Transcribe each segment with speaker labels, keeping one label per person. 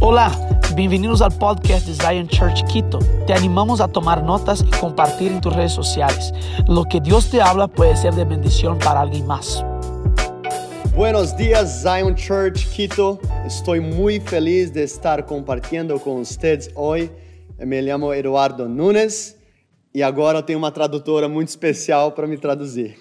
Speaker 1: Hola, bienvenidos al podcast de Zion Church Quito. Te animamos a tomar notas y compartir en tus redes sociales. Lo que Dios te habla puede ser de bendición para alguien más.
Speaker 2: Buenos días, Zion Church Quito. Estoy muy feliz de estar compartiendo con ustedes hoy. Me llamo Eduardo Nunes e agora eu tenho uma tradutora muito especial para me traduzir.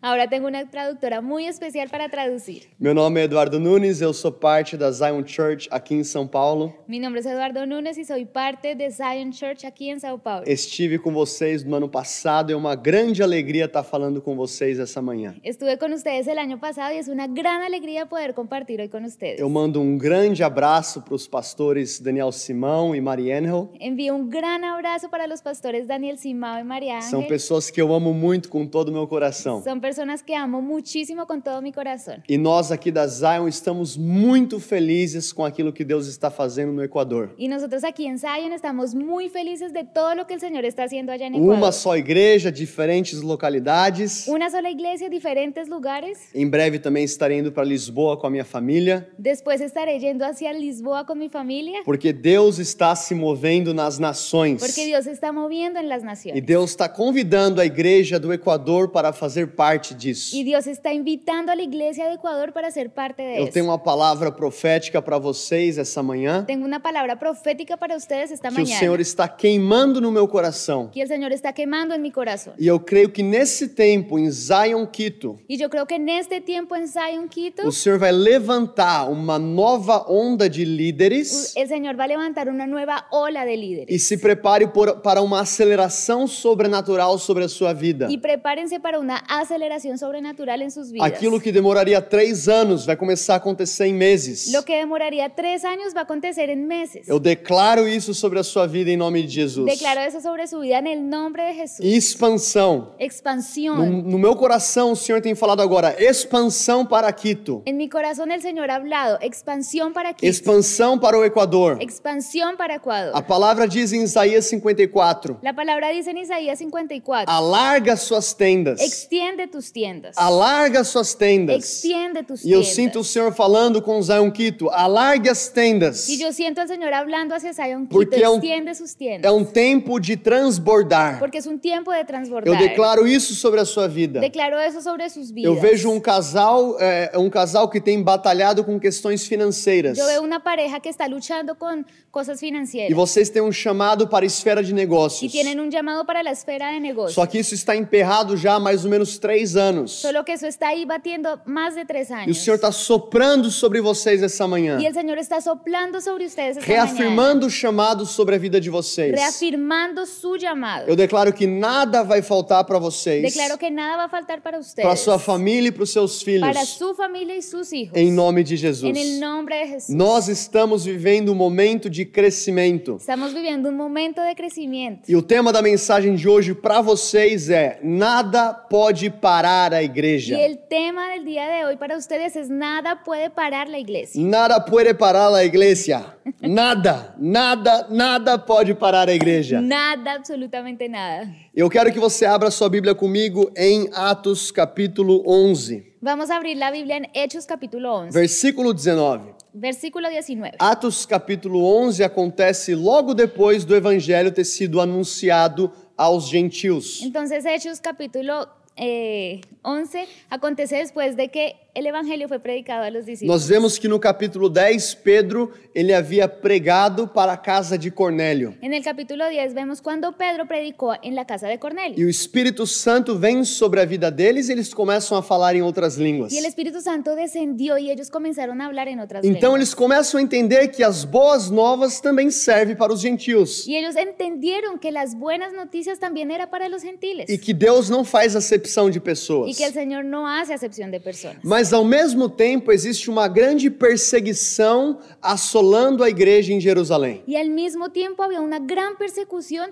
Speaker 3: Ahora tengo una traductora muy especial para traducir.
Speaker 2: Meu nome é Eduardo Nunes, eu sou parte da Zion Church aqui em São Paulo.
Speaker 3: Mi nombre es Eduardo Núñez y soy parte de Zion Church aquí en Sao Paulo.
Speaker 2: Estive com vocês no ano passado e é uma grande alegria estar falando com vocês essa manhã.
Speaker 3: Estuve con ustedes el año pasado y es una gran alegría poder compartir hoy con ustedes.
Speaker 2: Eu mando um grande abraço para os pastores Daniel Simão e Maria Angel.
Speaker 3: Envío un gran abrazo para los pastores Daniel Simao y María
Speaker 2: São
Speaker 3: Ángel.
Speaker 2: pessoas que eu amo muito com todo o meu coração.
Speaker 3: Son personas que amo muchísimo con todo mi corazón.
Speaker 2: E nós aqui da Zion estamos muito felizes com aquilo que Deus está fazendo no Equador.
Speaker 3: Y nosotros aquí en Zion estamos muy felices de todo lo que el Señor está haciendo allá en
Speaker 2: Uma
Speaker 3: Ecuador.
Speaker 2: só igreja, diferentes localidades.
Speaker 3: Una sola iglesia, diferentes lugares.
Speaker 2: Em breve também estarei indo para Lisboa com a minha família,
Speaker 3: Después estaré yendo hacia Lisboa con mi familia
Speaker 2: porque Deus está se movendo nas nações.
Speaker 3: porque Dios se está moviendo en las
Speaker 2: E
Speaker 3: naciones.
Speaker 2: Deus está convidando a igreja do Equador para fazer parte disso.
Speaker 3: Y Dios está invitando a la iglesia de Ecuador para ser parte de
Speaker 2: Eu
Speaker 3: eso.
Speaker 2: tenho uma palavra profética para vocês essa manhã,
Speaker 3: Tengo una palabra profética para ustedes esta
Speaker 2: que o
Speaker 3: mañana.
Speaker 2: Senhor está queimando no meu coração.
Speaker 3: Que el Señor está quemando en mi corazón.
Speaker 2: E eu creio que nesse tempo, em Zion Quito,
Speaker 3: Y yo creo que en este tiempo en Zion Quito,
Speaker 2: O Senhor vai levantar uma nova onda de líderes
Speaker 3: el Señor va a levantar una nueva ola de
Speaker 2: e
Speaker 3: líderes.
Speaker 2: se prepare por- para uma aceleração sobrenatural sobre a sua vida.
Speaker 3: Y prepárense para una aceleración sobrenatural en sus vidas.
Speaker 2: Aquilo que demoraria três anos vai começar a acontecer em meses.
Speaker 3: Lo que demoraría tres años va a acontecer en meses.
Speaker 2: Eu declaro isso sobre a sua vida em nome de Jesus.
Speaker 3: Declaro eso sobre su vida en el nombre de Jesús.
Speaker 2: Expansão. No,
Speaker 3: Expansión.
Speaker 2: no meu coração, o Senhor tem falado agora: expansão para Quito,
Speaker 3: En mi corazón el Señor ha hablado. Expansión para Quito.
Speaker 2: expansão para o Equador.
Speaker 3: Expansión para
Speaker 2: A
Speaker 3: Ecuador.
Speaker 2: palavra diz em Isaías 54:
Speaker 3: La palabra dice en Isaías 54.
Speaker 2: alarga suas tendas.
Speaker 3: Extiende tus tiendas.
Speaker 2: Alarga suas tendas.
Speaker 3: Extiende tus
Speaker 2: E eu
Speaker 3: tiendas.
Speaker 2: sinto o Senhor falando com Zion Quito, alargue as tendas.
Speaker 3: Y yo siento al Señor hablando hacia Zion Quito.
Speaker 2: Porque é um-
Speaker 3: Extiende sus
Speaker 2: É
Speaker 3: tiendas.
Speaker 2: um tempo de transbordar.
Speaker 3: Porque es un tiempo de
Speaker 2: Eu
Speaker 3: transbordar.
Speaker 2: declaro isso sobre a sua vida.
Speaker 3: Declaro eso sobre sus vidas.
Speaker 2: Eu vejo um casal, é, um casal que tem batalhado com questões financeiras.
Speaker 3: Yo veo una pareja que está luchando con cosas
Speaker 2: E
Speaker 3: financieras
Speaker 2: vocês têm um chamado para a esfera de
Speaker 3: y
Speaker 2: negócios.
Speaker 3: tienen un llamado para la esfera de
Speaker 2: Só
Speaker 3: negocios.
Speaker 2: que isso está emperrado já há mais ou menos três anos.
Speaker 3: Solo que eso está ahí batiendo más de tres
Speaker 2: E o
Speaker 3: años.
Speaker 2: Senhor está soprando sobre vocês essa manhã,
Speaker 3: Y el Señor está soplando sobre ustedes esta mañana,
Speaker 2: reafirmando o chamado sobre a vida de vocês.
Speaker 3: reafirmando su llamado.
Speaker 2: Eu declaro que nada vai faltar para vocês.
Speaker 3: Declaro que nada va a faltar para ustedes,
Speaker 2: para sua família e para os seus filhos.
Speaker 3: para su familia y sus hijos.
Speaker 2: Em nome de Jesus.
Speaker 3: En el nombre de Jesús.
Speaker 2: Nós estamos vivendo um momento de crescimento.
Speaker 3: Estamos viviendo un momento de crecimiento.
Speaker 2: E o tema da mensagem de hoje para vocês é: nada pode parar a igreja.
Speaker 3: Y el tema del día de hoy para ustedes es nada puede parar la iglesia.
Speaker 2: Nada pode parar a igreja. Nada, nada, nada pode parar a igreja.
Speaker 3: Nada, absolutamente nada.
Speaker 2: Eu quero que você abra sua Bíblia comigo em Atos capítulo 11,
Speaker 3: Vamos a abrir la Biblia en Hechos capítulo 11,
Speaker 2: versículo 19.
Speaker 3: versículo 19.
Speaker 2: Atos capítulo 11 acontece logo depois do evangelho ter sido anunciado aos gentios.
Speaker 3: Entonces Hechos capítulo eh, 11 acontece después de que el Evangelio fue predicado a los discípulos.
Speaker 2: Nós vemos que no capítulo 10 Pedro, ele havia pregado para a casa de Cornélio.
Speaker 3: En el capítulo 10 vemos cuando Pedro predicó en la casa de
Speaker 2: E
Speaker 3: Cornelio.
Speaker 2: o Espírito Santo vem sobre a vida deles e eles começam a falar em outras línguas.
Speaker 3: Y el Espíritu Santo descendió y ellos comenzaron a hablar en otras
Speaker 2: Então
Speaker 3: lenguas.
Speaker 2: eles começam a entender que as boas novas também servem para os gentios
Speaker 3: Y ellos entendieron que las buenas noticias también era para los gentiles.
Speaker 2: e que Deus não faz acepção de
Speaker 3: Y
Speaker 2: pessoas.
Speaker 3: que el Señor no hace acepción de personas.
Speaker 2: Mas ao mesmo tempo existe uma grande perseguição assolando a igreja em Jerusalém.
Speaker 3: Y al mismo tiempo había una gran persecución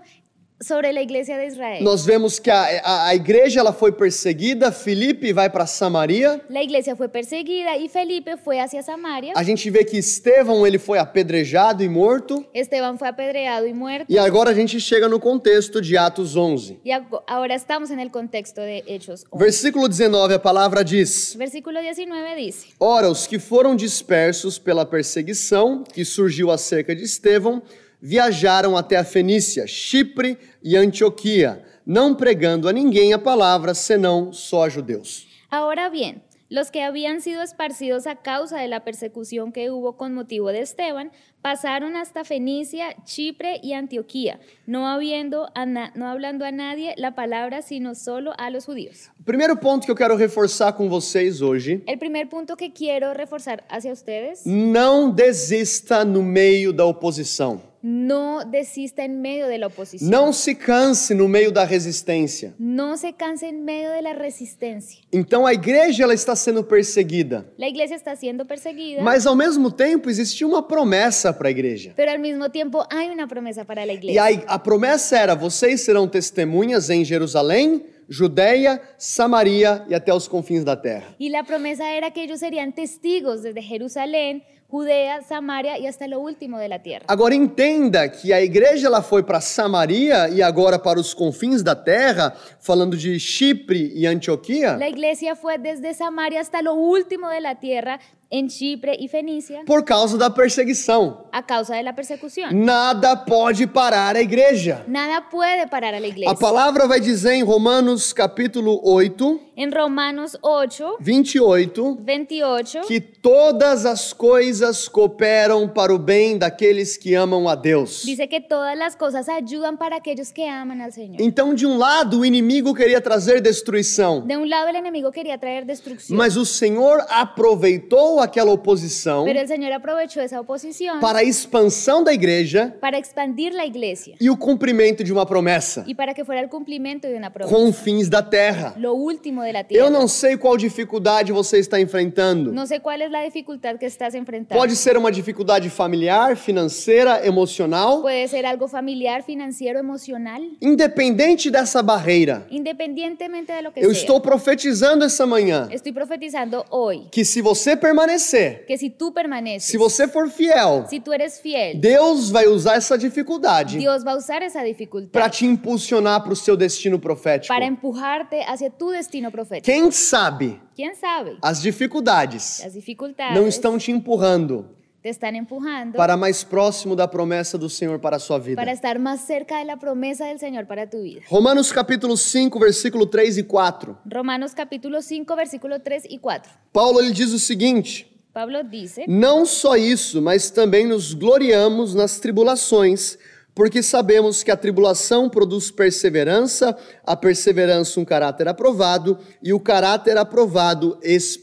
Speaker 3: sobre la iglesia de Israel.
Speaker 2: Nós vemos que a, a, a igreja ela foi perseguida, Filipe vai para Samaria.
Speaker 3: La iglesia fue perseguida y Felipe fue hacia Samaria.
Speaker 2: A gente vê que Estevão ele foi apedrejado e morto.
Speaker 3: Esteban fue apedreado y muerto.
Speaker 2: E agora a gente chega no contexto de Atos 11.
Speaker 3: Y ago- ahora estamos en el contexto de Hechos 11.
Speaker 2: Versículo 19, a palavra diz:
Speaker 3: Versículo 19 dice,
Speaker 2: Ora, os que foram dispersos pela perseguição que surgiu acerca de Estevão viajaram até a Fenícia, Chipre e Antioquia, não pregando a ninguém a palavra senão só a judeus.
Speaker 3: ahora bien, los que habían sido esparcidos a causa de la persecución que hubo con motivo de Esteban, pasaron hasta Fenicia, Chipre y Antioquía, no, habiendo a na- no hablando a nadie la palabra, sino solo a los judíos.
Speaker 2: O primeiro ponto que eu quero reforçar com vocês hoje:
Speaker 3: El primer punto que quiero reforzar hacia ustedes,
Speaker 2: não desista no meio da oposição.
Speaker 3: no desista en medio de la oposición.
Speaker 2: Não se canse no meio da resistência.
Speaker 3: No se canse en medio de la resistencia.
Speaker 2: Então a igreja ela está sendo perseguida,
Speaker 3: La iglesia está siendo perseguida,
Speaker 2: mas ao mesmo tempo existe uma promessa para a igreja.
Speaker 3: pero al mismo tiempo hay una promesa para la
Speaker 2: E
Speaker 3: iglesia.
Speaker 2: aí, a promessa era: vocês serão testemunhas em Jerusalém, Judeia, Samaria e até os confins da terra.
Speaker 3: Y la promesa era que ellos serían testigos desde Jerusalén, Judea, Samaria y hasta lo último de la tierra.
Speaker 2: Agora entenda que a igreja ela foi para Samaria e agora para os confins da terra, falando de Chipre e Antioquia,
Speaker 3: La iglesia fue desde Samaria hasta lo último de la tierra en Chipre y Fenicia
Speaker 2: por causa da perseguição.
Speaker 3: a causa de la persecución.
Speaker 2: Nada pode parar a igreja.
Speaker 3: Nada puede parar a la
Speaker 2: A
Speaker 3: iglesia.
Speaker 2: palavra vai dizer em Romanos capítulo 8,
Speaker 3: En Romanos 8,
Speaker 2: 28,
Speaker 3: 28,
Speaker 2: que todas as coisas cooperam para o bem daqueles que amam a Deus.
Speaker 3: dice que todas las cosas ayudan para aquellos que aman al Señor.
Speaker 2: Então, de um lado, o inimigo queria trazer destruição,
Speaker 3: De un lado el enemigo queria traer destrucción,
Speaker 2: mas o Senhor aproveitou aquela oposição
Speaker 3: pero el Señor aprovechó esa oposición
Speaker 2: para a expansão da igreja
Speaker 3: para expandir la iglesia
Speaker 2: e o cumprimento de uma promessa:
Speaker 3: y para que fuera el cumplimiento de una promesa,
Speaker 2: confins da terra.
Speaker 3: lo último de la tierra.
Speaker 2: Eu não sei qual dificuldade você está enfrentando.
Speaker 3: No sé cuál es la dificultad que estás enfrentando.
Speaker 2: Pode ser uma dificuldade familiar, financeira, emocional.
Speaker 3: Puede ser algo familiar, financiero, emocional,
Speaker 2: Independente dessa barreira,
Speaker 3: independientemente de lo que
Speaker 2: eu
Speaker 3: sea.
Speaker 2: estou profetizando essa manhã
Speaker 3: Estoy profetizando hoy
Speaker 2: que se você permanecer,
Speaker 3: que si tú permaneces,
Speaker 2: se você for fiel,
Speaker 3: si tú eres fiel,
Speaker 2: Deus vai usar essa dificuldade
Speaker 3: Dios va a usar esa dificultad
Speaker 2: para te impulsionar para o seu destino profético.
Speaker 3: para empujarte hacia tu destino profético.
Speaker 2: Quem sabe
Speaker 3: ¿Quién sabe?
Speaker 2: as dificuldades
Speaker 3: Las dificultades
Speaker 2: não estão te empurrando
Speaker 3: te están empujando
Speaker 2: para mais próximo da promessa do Senhor para a sua vida.
Speaker 3: para estar más cerca de la promesa del Señor para tu vida.
Speaker 2: Romanos capítulo 5, versículo 3 e 4.
Speaker 3: Romanos capítulo 5, versículo 3 y 4.
Speaker 2: Paulo ele diz o seguinte:
Speaker 3: Pablo dice,
Speaker 2: Não só isso, mas também nos gloriamos nas tribulações, porque sabemos que a tribulação produz perseverança, a perseverança um caráter aprovado e o caráter aprovado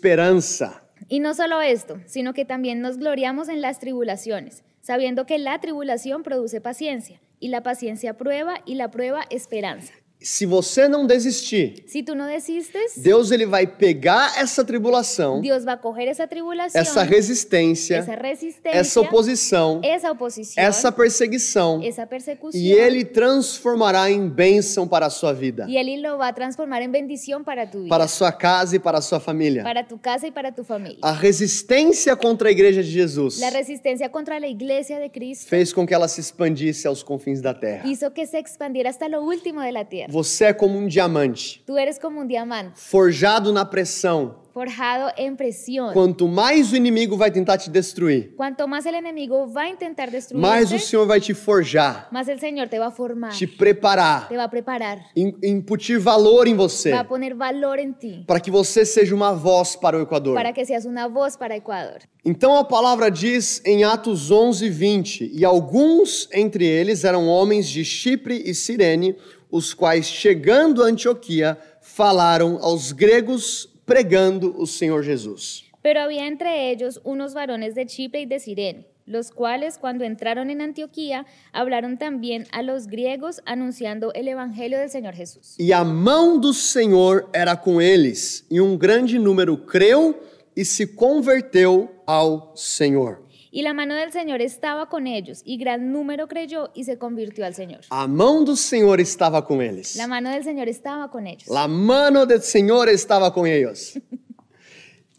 Speaker 2: esperança.
Speaker 3: y no solo esto, sino que también nos gloriamos en las tribulaciones, sabiendo que la tribulación produce paciencia, y la paciencia prueba, y la prueba esperanza.
Speaker 2: Se você não desistir,
Speaker 3: Si tú no desistes,
Speaker 2: Deus ele vai pegar essa tribulação,
Speaker 3: Dios va a coger esa tribulación,
Speaker 2: essa resistência,
Speaker 3: esa resistencia,
Speaker 2: essa oposição,
Speaker 3: esa oposición,
Speaker 2: essa perseguição
Speaker 3: esa persecución,
Speaker 2: e ele transformará em bênção para a sua vida,
Speaker 3: y Él lo va a transformar en bendición para tu vida,
Speaker 2: para a sua casa e para a sua família.
Speaker 3: para tu casa y para tu familia.
Speaker 2: A resistência contra a igreja de Jesus
Speaker 3: La resistencia contra la iglesia de Cristo
Speaker 2: fez com que ela se expandisse aos confins da terra.
Speaker 3: hizo que se expandiera hasta lo último de la tierra.
Speaker 2: Você é como um diamante,
Speaker 3: Tú eres como un diamante
Speaker 2: forjado na pressão.
Speaker 3: forjado en presión.
Speaker 2: Quanto mais o inimigo vai tentar te destruir,
Speaker 3: Cuanto más el enemigo va a intentar destruirte,
Speaker 2: mais o Senhor vai te forjar,
Speaker 3: más el Señor te va a formar,
Speaker 2: te preparar,
Speaker 3: te va a preparar,
Speaker 2: in- incutir valor em você,
Speaker 3: va a poner valor en ti
Speaker 2: para que você seja uma voz para o Equador.
Speaker 3: para que seas una voz para Ecuador.
Speaker 2: Então a palavra diz em Atos 11, 20: E alguns entre eles eram homens de Chipre e Cirene, os quais, chegando a Antioquia, falaram aos gregos, pregando o Senhor Jesus.
Speaker 3: Pero había entre ellos unos varones de Chipre y de Sirene, los cuales cuando entraron en Antioquía hablaron también a los griegos anunciando el evangelio del Señor Jesús.
Speaker 2: E a mão do Senhor era com eles, e um grande número creu e se converteu ao Senhor.
Speaker 3: Y la mano del Señor estaba con ellos, y gran número creyó y se convirtió al Señor.
Speaker 2: A mão do Senhor estava com eles.
Speaker 3: La mano del Señor estaba con ellos.
Speaker 2: A mano do Senhor estava com eles.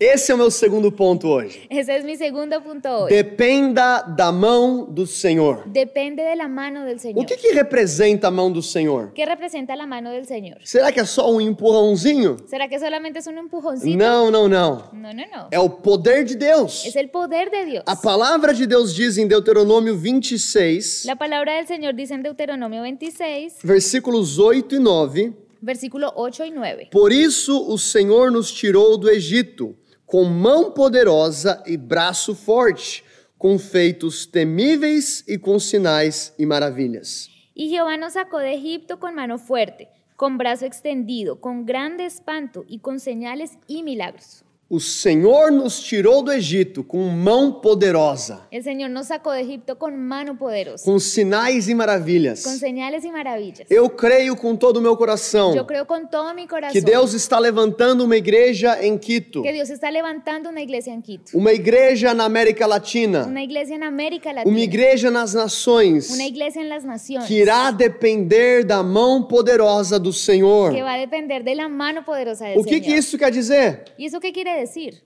Speaker 2: Esse é o meu segundo ponto hoje.
Speaker 3: Ese es mi segundo punto hoy.
Speaker 2: Dependa da mão do Senhor.
Speaker 3: Depende de la mano del
Speaker 2: O
Speaker 3: Señor.
Speaker 2: que, que representa a mão do Senhor?
Speaker 3: ¿Qué representa la mano del Señor?
Speaker 2: Será que é só um empurrãozinho?
Speaker 3: ¿Será que solamente es un empujoncito?
Speaker 2: Não, não, não.
Speaker 3: no, no. no.
Speaker 2: É o poder de Deus.
Speaker 3: Es el poder de Dios.
Speaker 2: A palavra de Deus diz em Deuteronômio 26,
Speaker 3: La palabra del Señor dice en Deuteronomio 26,
Speaker 2: versículos 8 e 9:
Speaker 3: versículo 8 y 9.
Speaker 2: Por isso o Senhor nos tirou do Egito, com mão poderosa e braço forte, com feitos temíveis e com sinais e maravilhas.
Speaker 3: Y Jehová nos sacó de Egipto con mano fuerte, con brazo extendido, con grande espanto y con señales y milagros.
Speaker 2: O Senhor nos tirou do Egito com mão poderosa,
Speaker 3: El Señor nos sacó de Egipto con mano poderosa,
Speaker 2: com sinais e maravilhas.
Speaker 3: con señales y maravillas.
Speaker 2: Eu creio com todo o meu coração
Speaker 3: Yo creo con todo mi
Speaker 2: que
Speaker 3: corazón
Speaker 2: Deus está levantando uma igreja em Quito.
Speaker 3: que Dios está levantando una iglesia en Quito,
Speaker 2: uma igreja na América Latina,
Speaker 3: una iglesia en América
Speaker 2: uma
Speaker 3: Latina,
Speaker 2: igreja nas nações,
Speaker 3: una iglesia en las naciones,
Speaker 2: que irá depender da mão poderosa do Senhor.
Speaker 3: que va a depender de la mano poderosa del
Speaker 2: O que, que
Speaker 3: Señor.
Speaker 2: isso quer dizer?
Speaker 3: ¿Y eso qué quiere decir?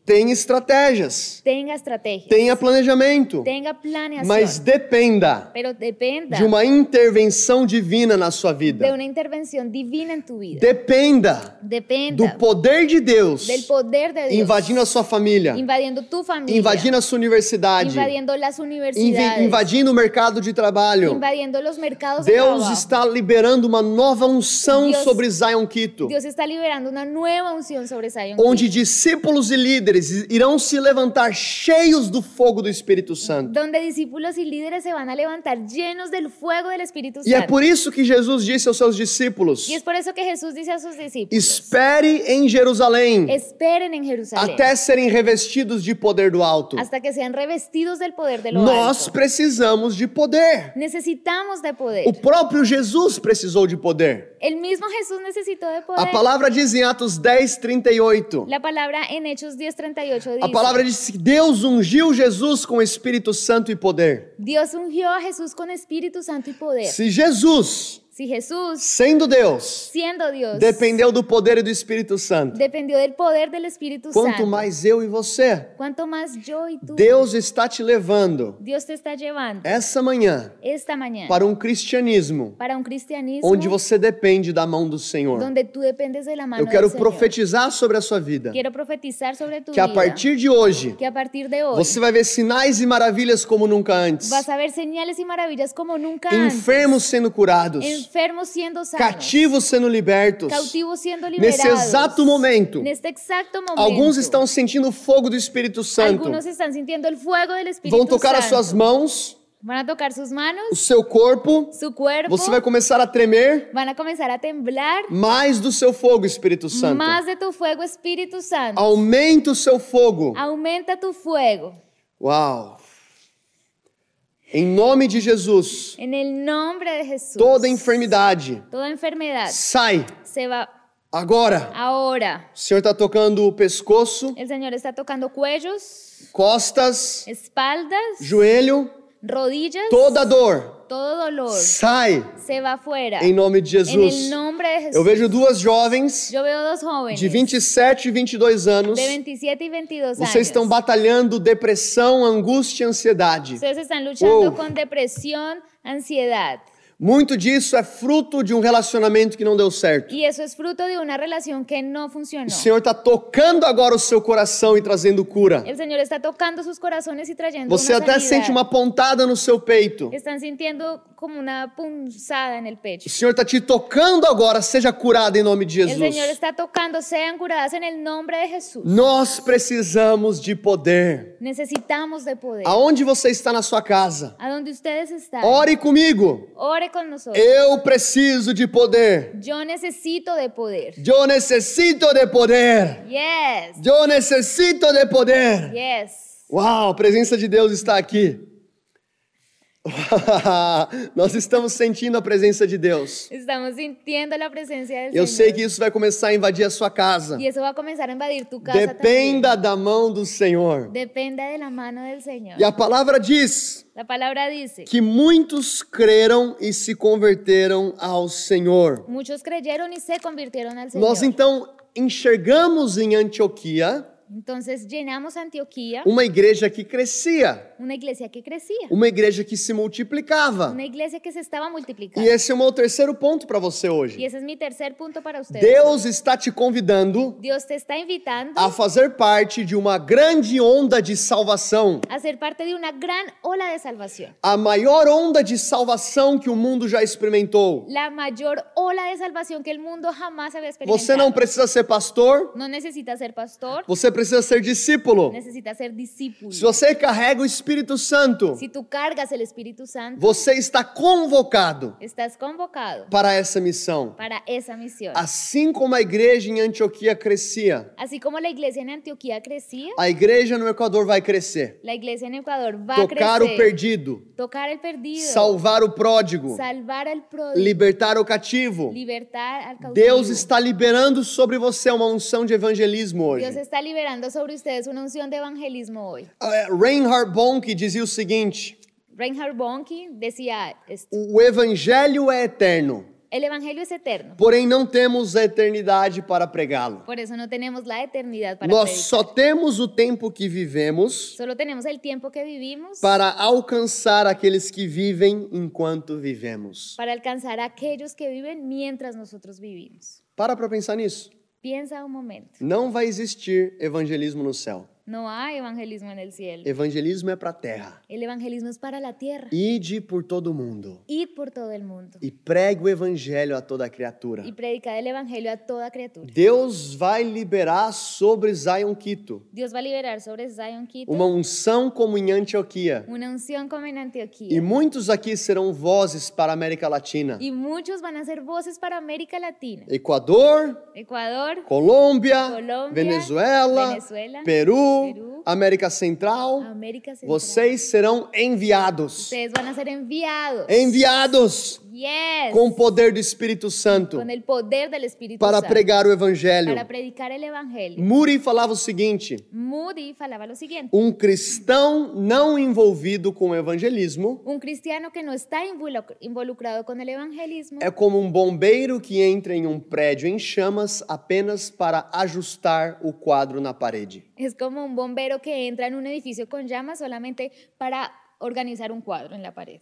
Speaker 2: Tem estratégias,
Speaker 3: Tenga estrategia,
Speaker 2: tenha planejamento,
Speaker 3: tenga planeación,
Speaker 2: mas dependa
Speaker 3: pero dependa
Speaker 2: de uma intervenção divina na sua
Speaker 3: de
Speaker 2: vida.
Speaker 3: una intervención divina en tu vida.
Speaker 2: Dependa do
Speaker 3: dependa
Speaker 2: poder de Deus
Speaker 3: del poder de Dios
Speaker 2: invadindo a sua família,
Speaker 3: invadiendo tu familia,
Speaker 2: invadindo a sua universidade,
Speaker 3: invadiendo las
Speaker 2: invi-
Speaker 3: universidades,
Speaker 2: invadindo o mercado de trabalho.
Speaker 3: invadiendo los mercados de
Speaker 2: Deus
Speaker 3: trabajo.
Speaker 2: está liberando uma nova unção
Speaker 3: Deus-
Speaker 2: sobre Zion Quito,
Speaker 3: Dios está liberando una nueva unción sobre Zion.
Speaker 2: onde discípulos e líderes irão se levantar cheios do fogo do Espírito Santo.
Speaker 3: donde discípulos y líderes se van a levantar llenos del fuego del Espíritu
Speaker 2: E é
Speaker 3: Santo.
Speaker 2: por isso que Jesus disse aos seus discípulos:
Speaker 3: y es por eso que Jesús dice a sus discípulos,
Speaker 2: espere em Jerusalém
Speaker 3: esperen en Jerusalén
Speaker 2: até serem revestidos de poder do alto.
Speaker 3: hasta que sean revestidos del poder de lo
Speaker 2: Nós
Speaker 3: alto.
Speaker 2: precisamos de poder.
Speaker 3: Necesitamos de poder.
Speaker 2: O próprio Jesus precisou de poder.
Speaker 3: El mismo Jesús necesitó de poder.
Speaker 2: A palavra diz em Atos 10, 38.
Speaker 3: La palabra en Hechos 10:38
Speaker 2: A
Speaker 3: dice,
Speaker 2: palavra diz que Deus ungiu Jesus com o Espírito Santo e poder.
Speaker 3: Dios ungió a Jesús con Espíritu Santo y poder.
Speaker 2: Se Jesus,
Speaker 3: Si Jesús,
Speaker 2: sendo Deus,
Speaker 3: siendo Dios,
Speaker 2: dependeu do poder e do Espírito Santo,
Speaker 3: dependió del poder del Espíritu
Speaker 2: quanto
Speaker 3: Santo,
Speaker 2: mais eu e você,
Speaker 3: cuanto más yo y tú,
Speaker 2: Deus está te levando
Speaker 3: Dios te está llevando
Speaker 2: essa manhã
Speaker 3: esta mañana
Speaker 2: para um cristianismo
Speaker 3: para un cristianismo
Speaker 2: onde você depende da mão do Senhor.
Speaker 3: donde tú dependes de la mano
Speaker 2: Eu quero
Speaker 3: del Señor.
Speaker 2: profetizar sobre a sua vida
Speaker 3: Quiero profetizar sobre tu
Speaker 2: que a
Speaker 3: vida
Speaker 2: partir de hoje
Speaker 3: que a partir de hoy
Speaker 2: você vai ver sinais e maravilhas como nunca antes.
Speaker 3: vas a ver señales y maravillas como nunca antes.
Speaker 2: Enfermos sendo curados,
Speaker 3: Enfermos siendo sanos,
Speaker 2: cativos sendo libertos.
Speaker 3: cautivos siendo liberados.
Speaker 2: Nesse exato momento,
Speaker 3: En este exacto momento,
Speaker 2: algunos estão sentindo o fogo do Espírito Santo.
Speaker 3: algunos están sintiendo el fuego del Espíritu
Speaker 2: vão tocar as
Speaker 3: Santo.
Speaker 2: suas mãos,
Speaker 3: Van a tocar sus manos,
Speaker 2: o seu corpo,
Speaker 3: su cuerpo,
Speaker 2: você vai começar a tremer
Speaker 3: van a comenzar a temblar
Speaker 2: mais do seu fogo, Espírito Santo.
Speaker 3: más de tu fuego, Espíritu Santo.
Speaker 2: Aumenta o seu fogo.
Speaker 3: Aumenta tu fuego.
Speaker 2: Uau! Em nome de Jesus,
Speaker 3: En el nombre de Jesús.
Speaker 2: toda enfermidade
Speaker 3: Toda enfermedad
Speaker 2: sai
Speaker 3: se va
Speaker 2: agora.
Speaker 3: ahora.
Speaker 2: O Senhor está tocando o pescoço,
Speaker 3: El Señor está tocando cuellos,
Speaker 2: costas,
Speaker 3: espaldas,
Speaker 2: joelho,
Speaker 3: rodillas.
Speaker 2: toda dor
Speaker 3: todo dolor
Speaker 2: sai
Speaker 3: se va afuera.
Speaker 2: em nome de
Speaker 3: En el
Speaker 2: Jesus.
Speaker 3: nombre de Jesús.
Speaker 2: Eu vejo duas jovens
Speaker 3: Yo veo dos jóvenes
Speaker 2: de 27 e 22 anos
Speaker 3: de 27 y 22
Speaker 2: Vocês estão
Speaker 3: años.
Speaker 2: batalhando depressão, angústia e ansiedade.
Speaker 3: Ustedes están luchando
Speaker 2: Wow.
Speaker 3: con depresión, ansiedad.
Speaker 2: Muito disso é fruto de um relacionamento que não deu certo.
Speaker 3: Y eso es fruto de una relación que no funcionó.
Speaker 2: O Senhor está tocando agora o seu coração e trazendo cura.
Speaker 3: El Señor está tocando sus corazones y trayendo
Speaker 2: Você
Speaker 3: una
Speaker 2: até
Speaker 3: sanidad.
Speaker 2: sente uma pontada no seu peito.
Speaker 3: Están sintiendo como una punzada en el
Speaker 2: O
Speaker 3: pecho.
Speaker 2: Senhor está te tocando agora, seja curado em nome de
Speaker 3: El Señor
Speaker 2: Jesus.
Speaker 3: está tocando, sean curadas en el nombre de Jesús.
Speaker 2: Nós precisamos de poder.
Speaker 3: Necesitamos de poder.
Speaker 2: Aonde você está na sua casa?
Speaker 3: A donde ustedes están,
Speaker 2: Ore comigo.
Speaker 3: ore con nosotros.
Speaker 2: Eu preciso de poder.
Speaker 3: Yo necesito de poder.
Speaker 2: Eu necessito de poder.
Speaker 3: Yes,
Speaker 2: Eu necessito de poder.
Speaker 3: yes.
Speaker 2: Uau, a presença de Deus está aqui. Nós estamos sentindo a presença de Deus.
Speaker 3: Estamos sintiendo la presencia del
Speaker 2: Eu sei
Speaker 3: Señor.
Speaker 2: que isso vai começar a invadir a sua casa.
Speaker 3: Y eso va a comenzar a invadir tu casa
Speaker 2: Dependa da mão do Senhor.
Speaker 3: también. Dependa de la mano del Señor.
Speaker 2: E a palavra diz
Speaker 3: La palabra dice,
Speaker 2: que muitos creram e se converteram ao Senhor.
Speaker 3: muchos creyeron y se convirtieron al Señor.
Speaker 2: Nós então enxergamos em Antioquia
Speaker 3: Entonces llenamos Antioquía,
Speaker 2: uma igreja que crescia,
Speaker 3: una iglesia que crecía,
Speaker 2: uma igreja que se multiplicava.
Speaker 3: una iglesia que se estaba
Speaker 2: E
Speaker 3: multiplicando.
Speaker 2: esse é o meu terceiro ponto para você
Speaker 3: Y
Speaker 2: hoje.
Speaker 3: ese es mi tercer punto para ustedes.
Speaker 2: Deus está te convidando
Speaker 3: Dios te está invitando
Speaker 2: a fazer parte de uma grande onda de salvação.
Speaker 3: a ser parte de una gran ola de salvación.
Speaker 2: A maior onda de salvação que o mundo já experimentou.
Speaker 3: La mayor ola de salvación que el mundo jamás había
Speaker 2: Você
Speaker 3: experimentado.
Speaker 2: não precisa ser pastor,
Speaker 3: No necesita ser pastor,
Speaker 2: você precisa ser discípulo.
Speaker 3: necesita ser discípulo.
Speaker 2: Se você carrega o Espírito Santo,
Speaker 3: Si tú cargas el Espíritu Santo,
Speaker 2: você está convocado
Speaker 3: estás convocado
Speaker 2: para essa missão.
Speaker 3: para esa misión.
Speaker 2: Assim como a igreja em Antioquia crescia,
Speaker 3: Así como la iglesia en Antioquía crecía,
Speaker 2: a igreja no Equador vai crescer.
Speaker 3: la iglesia en Ecuador va a
Speaker 2: Tocar o
Speaker 3: crecer.
Speaker 2: perdido,
Speaker 3: Tocar el perdido,
Speaker 2: salvar o pródigo,
Speaker 3: salvar al pródigo,
Speaker 2: libertar o cativo.
Speaker 3: libertar al cautivo.
Speaker 2: Deus está liberando sobre você uma unção de evangelismo
Speaker 3: Dios
Speaker 2: hoje.
Speaker 3: está liberando sobre ustedes una unción de evangelismo hoy.
Speaker 2: Ah, Reinhard Bonk dizia o seguinte:
Speaker 3: Reinhard Bonnke decía esto,
Speaker 2: o evangelho é eterno,
Speaker 3: el evangelio es eterno,
Speaker 2: porém não temos a eternidade para pregá-lo.
Speaker 3: por eso no tenemos la eternidad para
Speaker 2: Nós
Speaker 3: predicar.
Speaker 2: só temos o tempo que vivemos
Speaker 3: Solo tenemos el tiempo que vivimos
Speaker 2: para alcançar aqueles que vivem enquanto vivemos.
Speaker 3: para alcanzar a aquellos que viven mientras nosotros vivimos.
Speaker 2: Para para pensar nisso.
Speaker 3: Piensa un momento,
Speaker 2: Não vai existir evangelismo no céu.
Speaker 3: no hay evangelismo en el
Speaker 2: Eh,
Speaker 3: cielo.
Speaker 2: Evangelismo é para a terra.
Speaker 3: El evangelismo es para la tierra.
Speaker 2: Ide por todo mundo
Speaker 3: Id por todo el mundo
Speaker 2: e pregue o evangelho a toda criatura.
Speaker 3: y predicad el evangelio a toda criatura.
Speaker 2: Deus vai liberar sobre Zion Quito
Speaker 3: Dios va a liberar sobre Zion Quito
Speaker 2: uma unção como em Antioquia.
Speaker 3: una unción como en
Speaker 2: E
Speaker 3: Antioquía.
Speaker 2: muitos aqui serão vozes para a América Latina.
Speaker 3: Y muchos van a ser voces para América Latina,
Speaker 2: Equador,
Speaker 3: Ecuador,
Speaker 2: Colômbia,
Speaker 3: Colômbia,
Speaker 2: Venezuela,
Speaker 3: Venezuela,
Speaker 2: Peru,
Speaker 3: Peru,
Speaker 2: América Central.
Speaker 3: América Central.
Speaker 2: Vocês serão enviados.
Speaker 3: Ustedes van a ser enviados.
Speaker 2: Enviados
Speaker 3: Yes.
Speaker 2: com o poder do Espírito Santo
Speaker 3: Con el poder del Espíritu
Speaker 2: para
Speaker 3: Santo.
Speaker 2: pregar o evangelho.
Speaker 3: Para predicar el evangelio.
Speaker 2: Muri falava o seguinte:
Speaker 3: Moody falaba lo siguiente.
Speaker 2: um cristão não envolvido com o evangelismo
Speaker 3: Un cristiano que no está involu- involucrado con el evangelismo
Speaker 2: É como um bombeiro que entra em um prédio em chamas apenas para ajustar o quadro na parede.
Speaker 3: es como un bombero que entra en un edificio con llamas solamente para organizar un cuadro en la pared.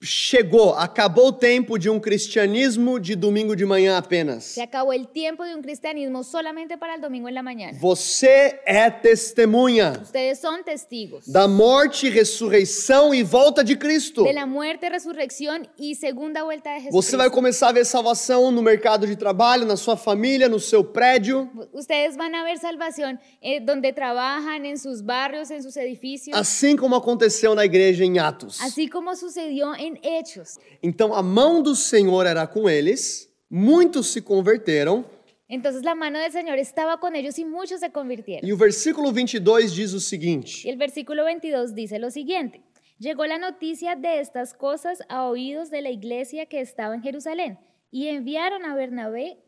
Speaker 2: Chegou, acabou o tempo de um cristianismo de domingo de manhã apenas.
Speaker 3: Se acabó el tiempo de un cristianismo solamente para el domingo en la mañana.
Speaker 2: Você é testemunha
Speaker 3: Ustedes son testigos
Speaker 2: da morte, ressurreição e volta de Cristo.
Speaker 3: de la muerte, resurrección y segunda vuelta de Jesús.
Speaker 2: Você vai começar a ver salvação no mercado de trabalho, na sua família, no seu prédio.
Speaker 3: Ustedes van a ver salvación eh, donde trabajan, en sus barrios, en sus edificios,
Speaker 2: Assim como aconteceu na igreja em Atos.
Speaker 3: así como sucedió en Hechos.
Speaker 2: Então a mão do Senhor era com eles, muitos se converteram.
Speaker 3: Entonces la mano del Señor estaba con ellos y muchos se convirtieron.
Speaker 2: E o versículo 22 diz o
Speaker 3: Y
Speaker 2: seguinte:
Speaker 3: el versículo 22 dice lo siguiente. Llegó la noticia de estas cosas a oídos de la iglesia que estaba en Jerusalén y enviaron a Bernabé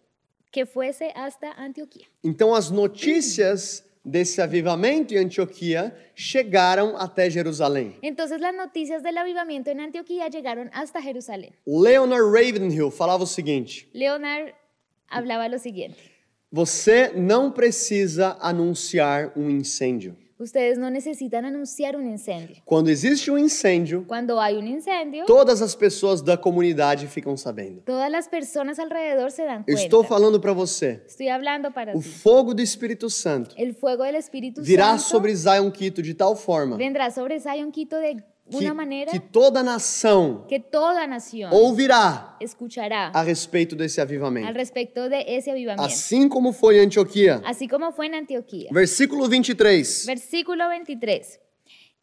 Speaker 3: que fuese hasta Antioquía.
Speaker 2: Então as notícias desse avivamento em Antioquia chegaram até Jerusalém.
Speaker 3: Entonces las noticias del avivamiento en Antioquía llegaron hasta Jerusalén.
Speaker 2: Leonard Ravenhill falava o seguinte:
Speaker 3: Leonard hablaba lo siguiente.
Speaker 2: Você não precisa anunciar um incêndio.
Speaker 3: Ustedes no necesitan anunciar un incendio.
Speaker 2: Quando existe um incêndio,
Speaker 3: Cuando hay un incendio,
Speaker 2: todas as pessoas da comunidade ficam sabendo.
Speaker 3: todas las personas alrededor se dan
Speaker 2: Eu
Speaker 3: cuenta.
Speaker 2: estou falando para você.
Speaker 3: Estoy hablando para
Speaker 2: O
Speaker 3: ti.
Speaker 2: fogo do Espírito Santo
Speaker 3: El fuego del Espíritu
Speaker 2: virá
Speaker 3: Santo
Speaker 2: sobre Zion Quito de tal forma
Speaker 3: vendrá sobre Zion Quito de Ah.
Speaker 2: que,
Speaker 3: una manera
Speaker 2: que toda nação
Speaker 3: que toda nación
Speaker 2: Oh, ouvirá
Speaker 3: escuchará
Speaker 2: a respeito desse
Speaker 3: al
Speaker 2: avivamento.
Speaker 3: respecto de esse avivamiento.
Speaker 2: Assim como foi em Antioquia.
Speaker 3: Así como fue en Antioquía.
Speaker 2: Versículo 23.
Speaker 3: Versículo 23.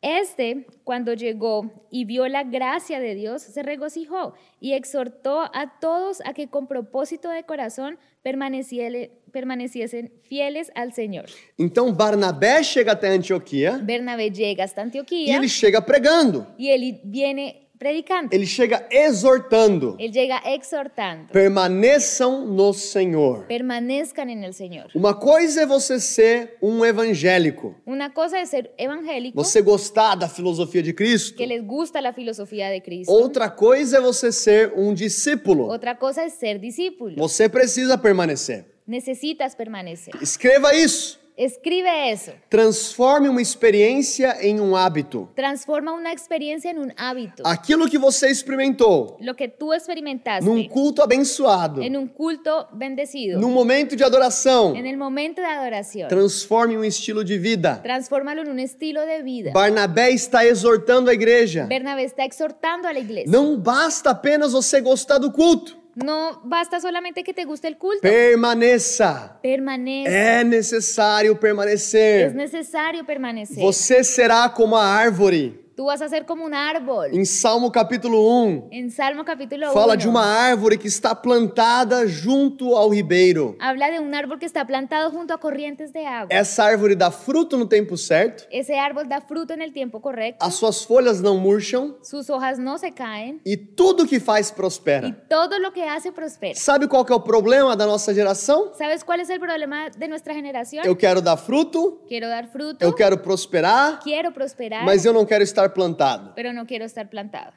Speaker 3: Este, cuando llegó y vio la gracia de Dios, se regocijó y exhortó a todos a que con propósito de corazón permaneciele- permaneciesen fieles al Señor.
Speaker 2: Então Barnabé chega até Antioquia
Speaker 3: Bernabé llega hasta
Speaker 2: e
Speaker 3: Antioquía
Speaker 2: ele chega pregando.
Speaker 3: y él viene predicando.
Speaker 2: Ele chega exortando:
Speaker 3: Él llega exhortando.
Speaker 2: permaneçam no Senhor.
Speaker 3: Permanezcan en el Señor.
Speaker 2: Uma coisa é você ser um evangélico,
Speaker 3: Una cosa es ser evangélico,
Speaker 2: você gostar da filosofia de Cristo.
Speaker 3: que les gusta la filosofía de Cristo.
Speaker 2: Outra coisa é você ser um discípulo.
Speaker 3: Otra cosa es ser discípulo.
Speaker 2: Você precisa permanecer.
Speaker 3: Necesitas permanecer.
Speaker 2: Escreva isso.
Speaker 3: Escribe eso.
Speaker 2: Transforme uma experiência em um hábito.
Speaker 3: Transforma una experiencia en un hábito.
Speaker 2: Aquilo que você experimentou
Speaker 3: Lo que tú experimentaste
Speaker 2: num culto abençoado,
Speaker 3: en un Assim. É culto É bendecido,
Speaker 2: num momento de adoração,
Speaker 3: en el momento de adoración,
Speaker 2: transforme em um estilo de vida.
Speaker 3: transfórmalo en un estilo de vida.
Speaker 2: Barnabé está exortando a igreja.
Speaker 3: Bernabé está exhortando a la iglesia.
Speaker 2: Não basta apenas você gostar do culto.
Speaker 3: No basta solamente que te guste el culto.
Speaker 2: Permaneça.
Speaker 3: Permanece.
Speaker 2: É necessário
Speaker 3: Es
Speaker 2: permanecer.
Speaker 3: necesario permanecer.
Speaker 2: Você será como a árvore.
Speaker 3: Tú vas a ser como un árbol.
Speaker 2: Em Salmo capítulo 1,
Speaker 3: En Salmo capítulo 1.
Speaker 2: fala de uma árvore que está plantada junto ao ribeiro.
Speaker 3: Habla de un árbol que está plantado junto a corrientes de agua.
Speaker 2: Essa árvore dá fruto no tempo certo,
Speaker 3: Ese árbol da fruto en el tiempo correcto.
Speaker 2: as suas folhas não murcham
Speaker 3: Sus hojas no se caen.
Speaker 2: e tudo que faz
Speaker 3: Y
Speaker 2: prospera.
Speaker 3: todo lo que hace prospera.
Speaker 2: Sabe qual que é o problema da nossa geração?
Speaker 3: ¿Sabes cuál es el problema de nuestra generación?
Speaker 2: Eu quero dar fruto,
Speaker 3: Quiero dar fruto.
Speaker 2: eu quero prosperar,
Speaker 3: Quiero prosperar.
Speaker 2: mas eu não quero estar plantado.
Speaker 3: Pero no quiero estar plantado.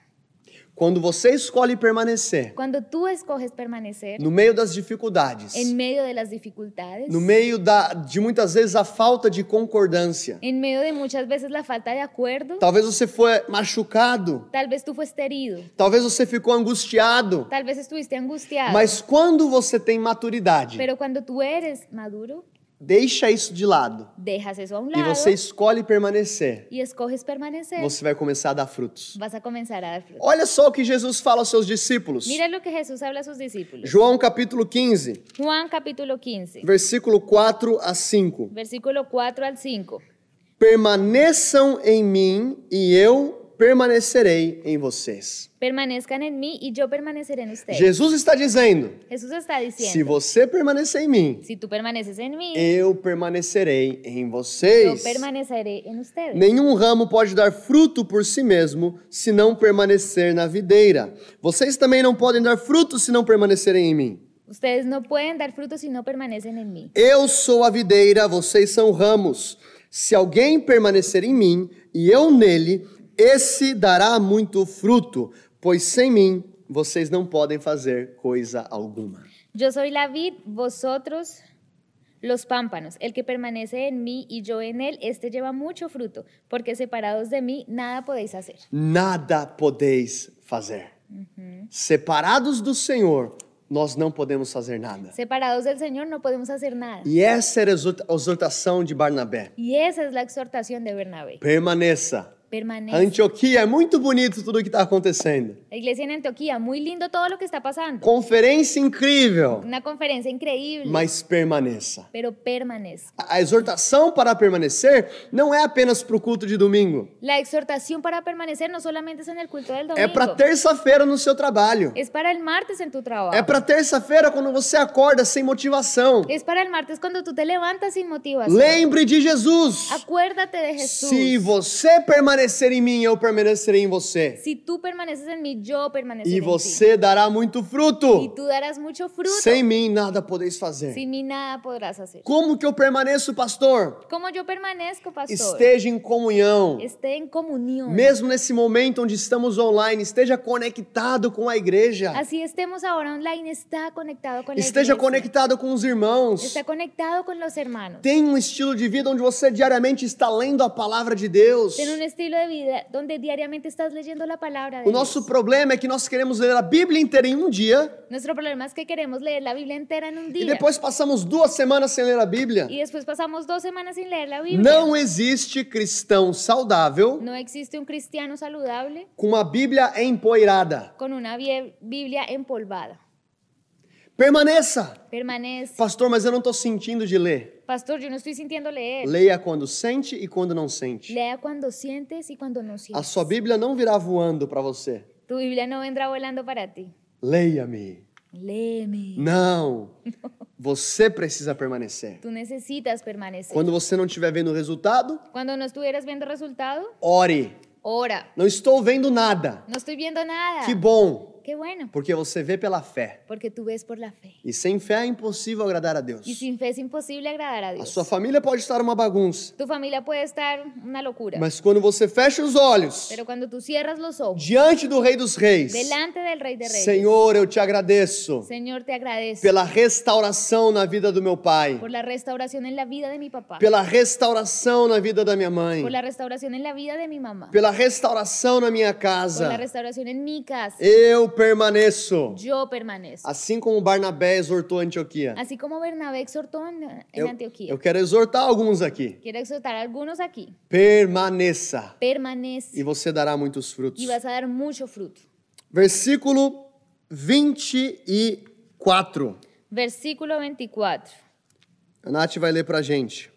Speaker 2: Quando você escolhe permanecer
Speaker 3: Cuando tú escoges permanecer
Speaker 2: no meio das dificuldades,
Speaker 3: en medio de las dificultades,
Speaker 2: no meio da, de muitas vezes a falta de concordância,
Speaker 3: en medio de muchas veces la falta de acuerdo,
Speaker 2: talvez você foi machucado,
Speaker 3: tal vez tú fuiste herido,
Speaker 2: Talvez você ficou angustiado,
Speaker 3: tal vez estuviste angustiado,
Speaker 2: mas quando você tem maturidade,
Speaker 3: É. pero cuando tú eres maduro,
Speaker 2: deixa isso de lado
Speaker 3: dejas eso a un
Speaker 2: e
Speaker 3: lado
Speaker 2: você escolhe permanecer,
Speaker 3: y escoges permanecer,
Speaker 2: você vai começar a dar frutos.
Speaker 3: vas a comenzar a dar fruto.
Speaker 2: Olha só o que Jesus fala aos seus discípulos.
Speaker 3: Mira lo que Jesús habla a sus discípulos.
Speaker 2: João capítulo 15,
Speaker 3: Juan capítulo 15,
Speaker 2: versículo 4 a 5.
Speaker 3: versículo 4 al 5.
Speaker 2: Permaneçam em mim e eu permanecerei em vocês.
Speaker 3: Permanezcan en mí y yo permaneceré en ustedes.
Speaker 2: Jesus está dizendo:
Speaker 3: Jesús está
Speaker 2: se
Speaker 3: diciendo,
Speaker 2: você permanecer em mim,
Speaker 3: si tú permaneces en mí,
Speaker 2: eu permanecerei em
Speaker 3: yo
Speaker 2: vocês.
Speaker 3: permaneceré en ustedes.
Speaker 2: Nenhum ramo pode dar fruto por si mesmo se não permanecer na videira. Vocês também não podem dar fruto se não permanecerem em mim.
Speaker 3: Ustedes no pueden dar fruto si no permanecen en mí.
Speaker 2: Eu sou a videira, vocês são ramos. Se alguém permanecer em mim e eu nele, esse dará muito fruto, pois sem mim vocês não podem fazer coisa alguma.
Speaker 3: Yo soy la vid, vosotros los pámpanos. El que permanece en mí y yo en él, este lleva mucho fruto, porque separados de mí nada podéis hacer.
Speaker 2: Nada podeis fazer. Separados do Senhor, nós não podemos fazer nada.
Speaker 3: Separados del Señor no podemos hacer nada.
Speaker 2: E essa era a exorta- a exortação de Barnabé.
Speaker 3: Y esa es la exhortación de Bernabé.
Speaker 2: Permaneça.
Speaker 3: Permanece.
Speaker 2: Antioquia é muito bonito tudo que está acontecendo.
Speaker 3: La iglesia en Antioquía, muy lindo todo lo que está pasando.
Speaker 2: Conferência incrível,
Speaker 3: Una conferencia increíble,
Speaker 2: mas permaneça.
Speaker 3: pero permanece.
Speaker 2: A a exortação para permanecer não é apenas para o culto de domingo,
Speaker 3: La exhortación para permanecer no solamente es en el culto del
Speaker 2: é para
Speaker 3: domingo,
Speaker 2: terça-feira no seu trabalho,
Speaker 3: es para el martes en tu trabajo.
Speaker 2: é para terça-feira quando você acorda sem motivação.
Speaker 3: Es para el martes cuando tú te levantas sin motivación.
Speaker 2: Lembre de Jesus.
Speaker 3: Acuérdate de Jesús.
Speaker 2: Se você permanecer em mim, eu permanecerei em você.
Speaker 3: Si tú permaneces en mí, yo permaneceré
Speaker 2: E
Speaker 3: en
Speaker 2: você dará muito
Speaker 3: ti. Y
Speaker 2: fruto.
Speaker 3: tú darás mucho fruto.
Speaker 2: Sem mim, nada podeis fazer.
Speaker 3: Sin mí nada podrás hacer.
Speaker 2: Como que eu permaneço, pastor?
Speaker 3: Como yo permanezco, pastor,
Speaker 2: Esteja em comunhão.
Speaker 3: esté en comunión.
Speaker 2: Mesmo nesse momento onde estamos online, esteja conectado com a igreja.
Speaker 3: Así estemos ahora online, está conectado con la
Speaker 2: Esteja
Speaker 3: iglesia.
Speaker 2: conectado com os irmãos.
Speaker 3: Está conectado con los hermanos.
Speaker 2: Tenha um estilo de vida onde você diariamente está lendo a palavra de Deus.
Speaker 3: Ten un estilo de vida donde diariamente estás leyendo la palabra de
Speaker 2: O
Speaker 3: Dios.
Speaker 2: nosso problema é que nós queremos ler a Bíblia inteira em um dia
Speaker 3: Nuestro problema es que queremos leer la Biblia entera en un
Speaker 2: e
Speaker 3: día.
Speaker 2: depois passamos duas semanas sem ler a Bíblia.
Speaker 3: Y después pasamos dos semanas sin leer la Biblia.
Speaker 2: Não existe cristão saudável
Speaker 3: No existe un cristiano saludable
Speaker 2: com uma Bíblia empoeirada.
Speaker 3: con una bie- Biblia empolvada.
Speaker 2: Permaneça.
Speaker 3: Permanece.
Speaker 2: Pastor, mas eu não estou sentindo de ler.
Speaker 3: Pastor, yo no estoy sintiendo leer.
Speaker 2: Leia quando sente e quando não sente.
Speaker 3: Lea cuando sientes y cuando no
Speaker 2: A
Speaker 3: sientes.
Speaker 2: sua Bíblia não virá voando para você.
Speaker 3: Tu Biblia no vendrá volando para ti.
Speaker 2: Leia-me.
Speaker 3: Léeme.
Speaker 2: Não. Você precisa permanecer.
Speaker 3: Tú necesitas permanecer.
Speaker 2: Quando você não estiver vendo o resultado,
Speaker 3: Cuando no estuvieras viendo resultado,
Speaker 2: ore.
Speaker 3: Ora,
Speaker 2: Não estou vendo nada.
Speaker 3: no estoy viendo nada.
Speaker 2: Que bom,
Speaker 3: Qué bueno,
Speaker 2: porque você vê pela fé.
Speaker 3: porque tú ves por la fe.
Speaker 2: E sem fé é impossível agradar a Deus.
Speaker 3: Y sin fe es imposible agradar a
Speaker 2: A
Speaker 3: Dios.
Speaker 2: sua família pode estar uma bagunça,
Speaker 3: Tu familia puede estar una locura,
Speaker 2: mas quando você fecha os olhos
Speaker 3: pero cuando tú cierras los ojos
Speaker 2: diante do Rei dos Reis,
Speaker 3: um delante del Rey de Reyes,
Speaker 2: Senhor, eu te agradeço
Speaker 3: Señor, te agradezco
Speaker 2: pela restauração na vida do meu pai,
Speaker 3: por la restauración en la vida de mi papá,
Speaker 2: pela restauração na vida da minha mãe,
Speaker 3: por la restauración en la vida de mi mamá,
Speaker 2: pela restauração na minha
Speaker 3: por la
Speaker 2: casa.
Speaker 3: restauración en mi casa.
Speaker 2: Eu permaneço.
Speaker 3: Yo permanezco.
Speaker 2: Assim como Barnabé exortou Antioquia.
Speaker 3: Así como Bernabé exhortó en, en
Speaker 2: Eu,
Speaker 3: Antioquía.
Speaker 2: eu quero exortar alguns aqui.
Speaker 3: Quiero exhortar a algunos aquí.
Speaker 2: Permaneça
Speaker 3: Permanece
Speaker 2: e você dará muitos frutos.
Speaker 3: y vas a dar mucho fruto.
Speaker 2: Versículo 24.
Speaker 3: Versículo 24.
Speaker 2: A Nath vai ler pra gente.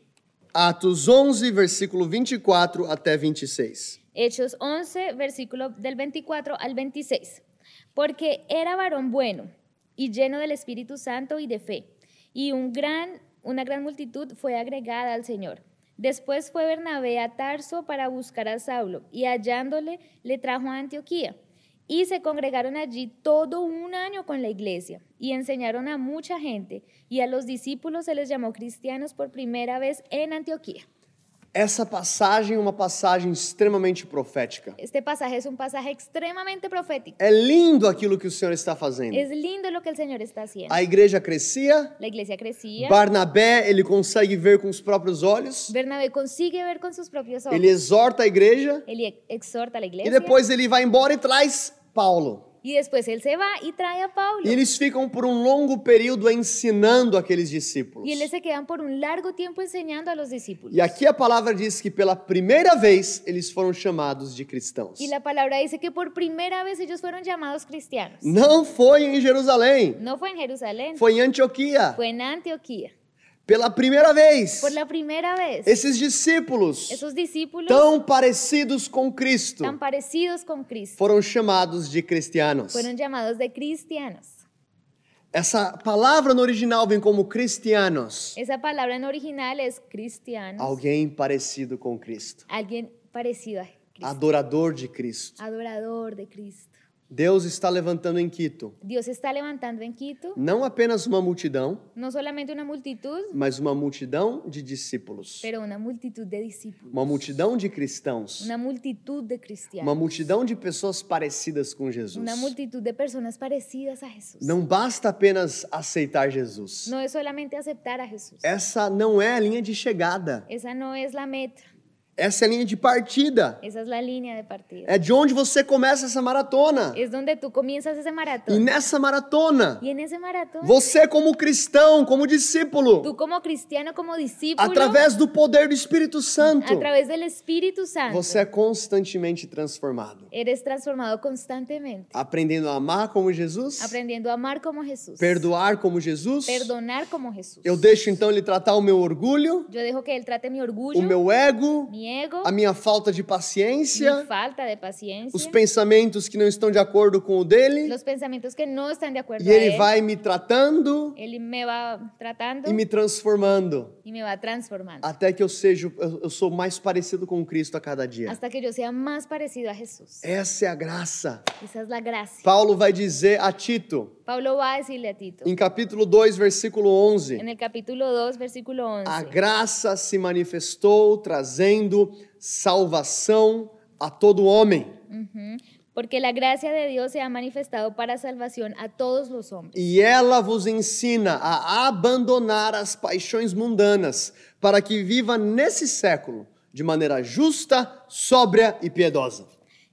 Speaker 2: Atos 11, versículo 24 até 26.
Speaker 3: Hechos 11, versículo del 24 al 26. Porque era varón bueno y lleno del Espíritu Santo y de fe, y un gran, una gran multitud fue agregada al Señor. Después fue Bernabé a Tarso para buscar a Saulo, y hallándole le trajo a Antioquía. Y se congregaron allí todo un año con la iglesia, y enseñaron a mucha gente, y a los discípulos se les llamó cristianos por primera vez en Antioquía.
Speaker 2: Essa passagem é uma passagem extremamente profética.
Speaker 3: Este pasaje es un pasaje extremadamente profético.
Speaker 2: É lindo aquilo que o Senhor está fazendo.
Speaker 3: Es lindo lo que el Señor está haciendo.
Speaker 2: A igreja crescia,
Speaker 3: La iglesia crecía.
Speaker 2: Barnabé, ele consegue ver com os próprios olhos,
Speaker 3: Bernabé consigue ver con sus propios ojos.
Speaker 2: ele exorta a igreja
Speaker 3: Él ex- exhorta a la
Speaker 2: e
Speaker 3: iglesia.
Speaker 2: depois ele vai embora e traz Paulo.
Speaker 3: Y después él se va y trae a Pablo.
Speaker 2: E eles ficam por um longo período ensinando aqueles discípulos.
Speaker 3: Y él se quedan por un largo tiempo enseñando a los discípulos.
Speaker 2: E aqui a palavra diz que pela primeira vez eles foram chamados de cristãos.
Speaker 3: Y la palabra dice que por primera vez ellos fueron llamados cristianos.
Speaker 2: Não foi em Jerusalém,
Speaker 3: No fue en Jerusalén,
Speaker 2: foi em Antioquia.
Speaker 3: fue en Antioquía.
Speaker 2: Pela primeira vez,
Speaker 3: Por la primera vez,
Speaker 2: esses discípulos
Speaker 3: esos discípulos
Speaker 2: tão parecidos com Cristo
Speaker 3: tan parecidos con Cristo
Speaker 2: foram chamados de cristianos.
Speaker 3: fueron llamados de cristianos.
Speaker 2: Essa palavra no original vem como cristianos,
Speaker 3: Esa palabra en original es cristianos.
Speaker 2: alguém parecido com Cristo,
Speaker 3: alguien parecido a Cristo,
Speaker 2: adorador de Cristo.
Speaker 3: adorador de Cristo.
Speaker 2: Deus está levantando em Quito
Speaker 3: Dios está levantando en Quito
Speaker 2: não apenas uma multidão,
Speaker 3: no solamente una multitud,
Speaker 2: mas uma multidão de discípulos,
Speaker 3: pero una multitud de discípulos,
Speaker 2: uma multidão de cristãos,
Speaker 3: una multitud de
Speaker 2: uma
Speaker 3: cristianos,
Speaker 2: multidão de pessoas parecidas com Jesus.
Speaker 3: una multitud de personas parecidas a Jesús.
Speaker 2: Não basta apenas aceitar Jesus.
Speaker 3: No es solamente aceptar a Jesús.
Speaker 2: Essa não é a linha de chegada,
Speaker 3: Esa no es la meta,
Speaker 2: essa é a linha de partida.
Speaker 3: esa es la línea de partida.
Speaker 2: É de onde você começa essa maratona.
Speaker 3: Es donde tú comienzas ese
Speaker 2: E
Speaker 3: maratón.
Speaker 2: nessa maratona,
Speaker 3: Y en ese maratón,
Speaker 2: você como cristão, como discípulo,
Speaker 3: tú como cristiano, como discípulo,
Speaker 2: através do poder do Espírito Santo,
Speaker 3: a través del Espíritu Santo,
Speaker 2: você é constantemente transformado.
Speaker 3: eres transformado
Speaker 2: Ah.
Speaker 3: constantemente,
Speaker 2: aprendendo a amar como Jesus,
Speaker 3: aprendiendo a amar como Jesús.
Speaker 2: perdoar como Jesus.
Speaker 3: Perdonar como Jesús.
Speaker 2: Eu deixo então ele tratar o meu orgulho,
Speaker 3: Yo dejo que Él trate mi orgullo,
Speaker 2: o meu ego,
Speaker 3: mi ego,
Speaker 2: a minha falta de
Speaker 3: mi
Speaker 2: paciência,
Speaker 3: falta de paciencia,
Speaker 2: os pensamentos que não estão de acordo com o dele,
Speaker 3: los pensamientos que no están de acuerdo
Speaker 2: e
Speaker 3: a
Speaker 2: ele
Speaker 3: Él.
Speaker 2: vai me tratando
Speaker 3: Él me va tratando
Speaker 2: e me Ah, transformando,
Speaker 3: y me va transformando
Speaker 2: até que eu seja, eu eu sou mais parecido com Cristo a cada dia.
Speaker 3: hasta que yo sea más parecido a Jesús.
Speaker 2: Essa é a graça.
Speaker 3: Esa es la gracia.
Speaker 2: Paulo vai dizer a Tito,
Speaker 3: Pablo va a decirle a Tito
Speaker 2: em capítulo 2, versículo 11,
Speaker 3: en el capítulo 2, versículo
Speaker 2: A
Speaker 3: 11.
Speaker 2: graça se manifestou trazendo salvação a todo homem.
Speaker 3: Ujú. Porque la gracia de Dios se ha manifestado para salvación a todos los hombres.
Speaker 2: E ela vos ensina a abandonar as paixões mundanas, para que viva nesse século de maneira justa, sóbria e piedosa.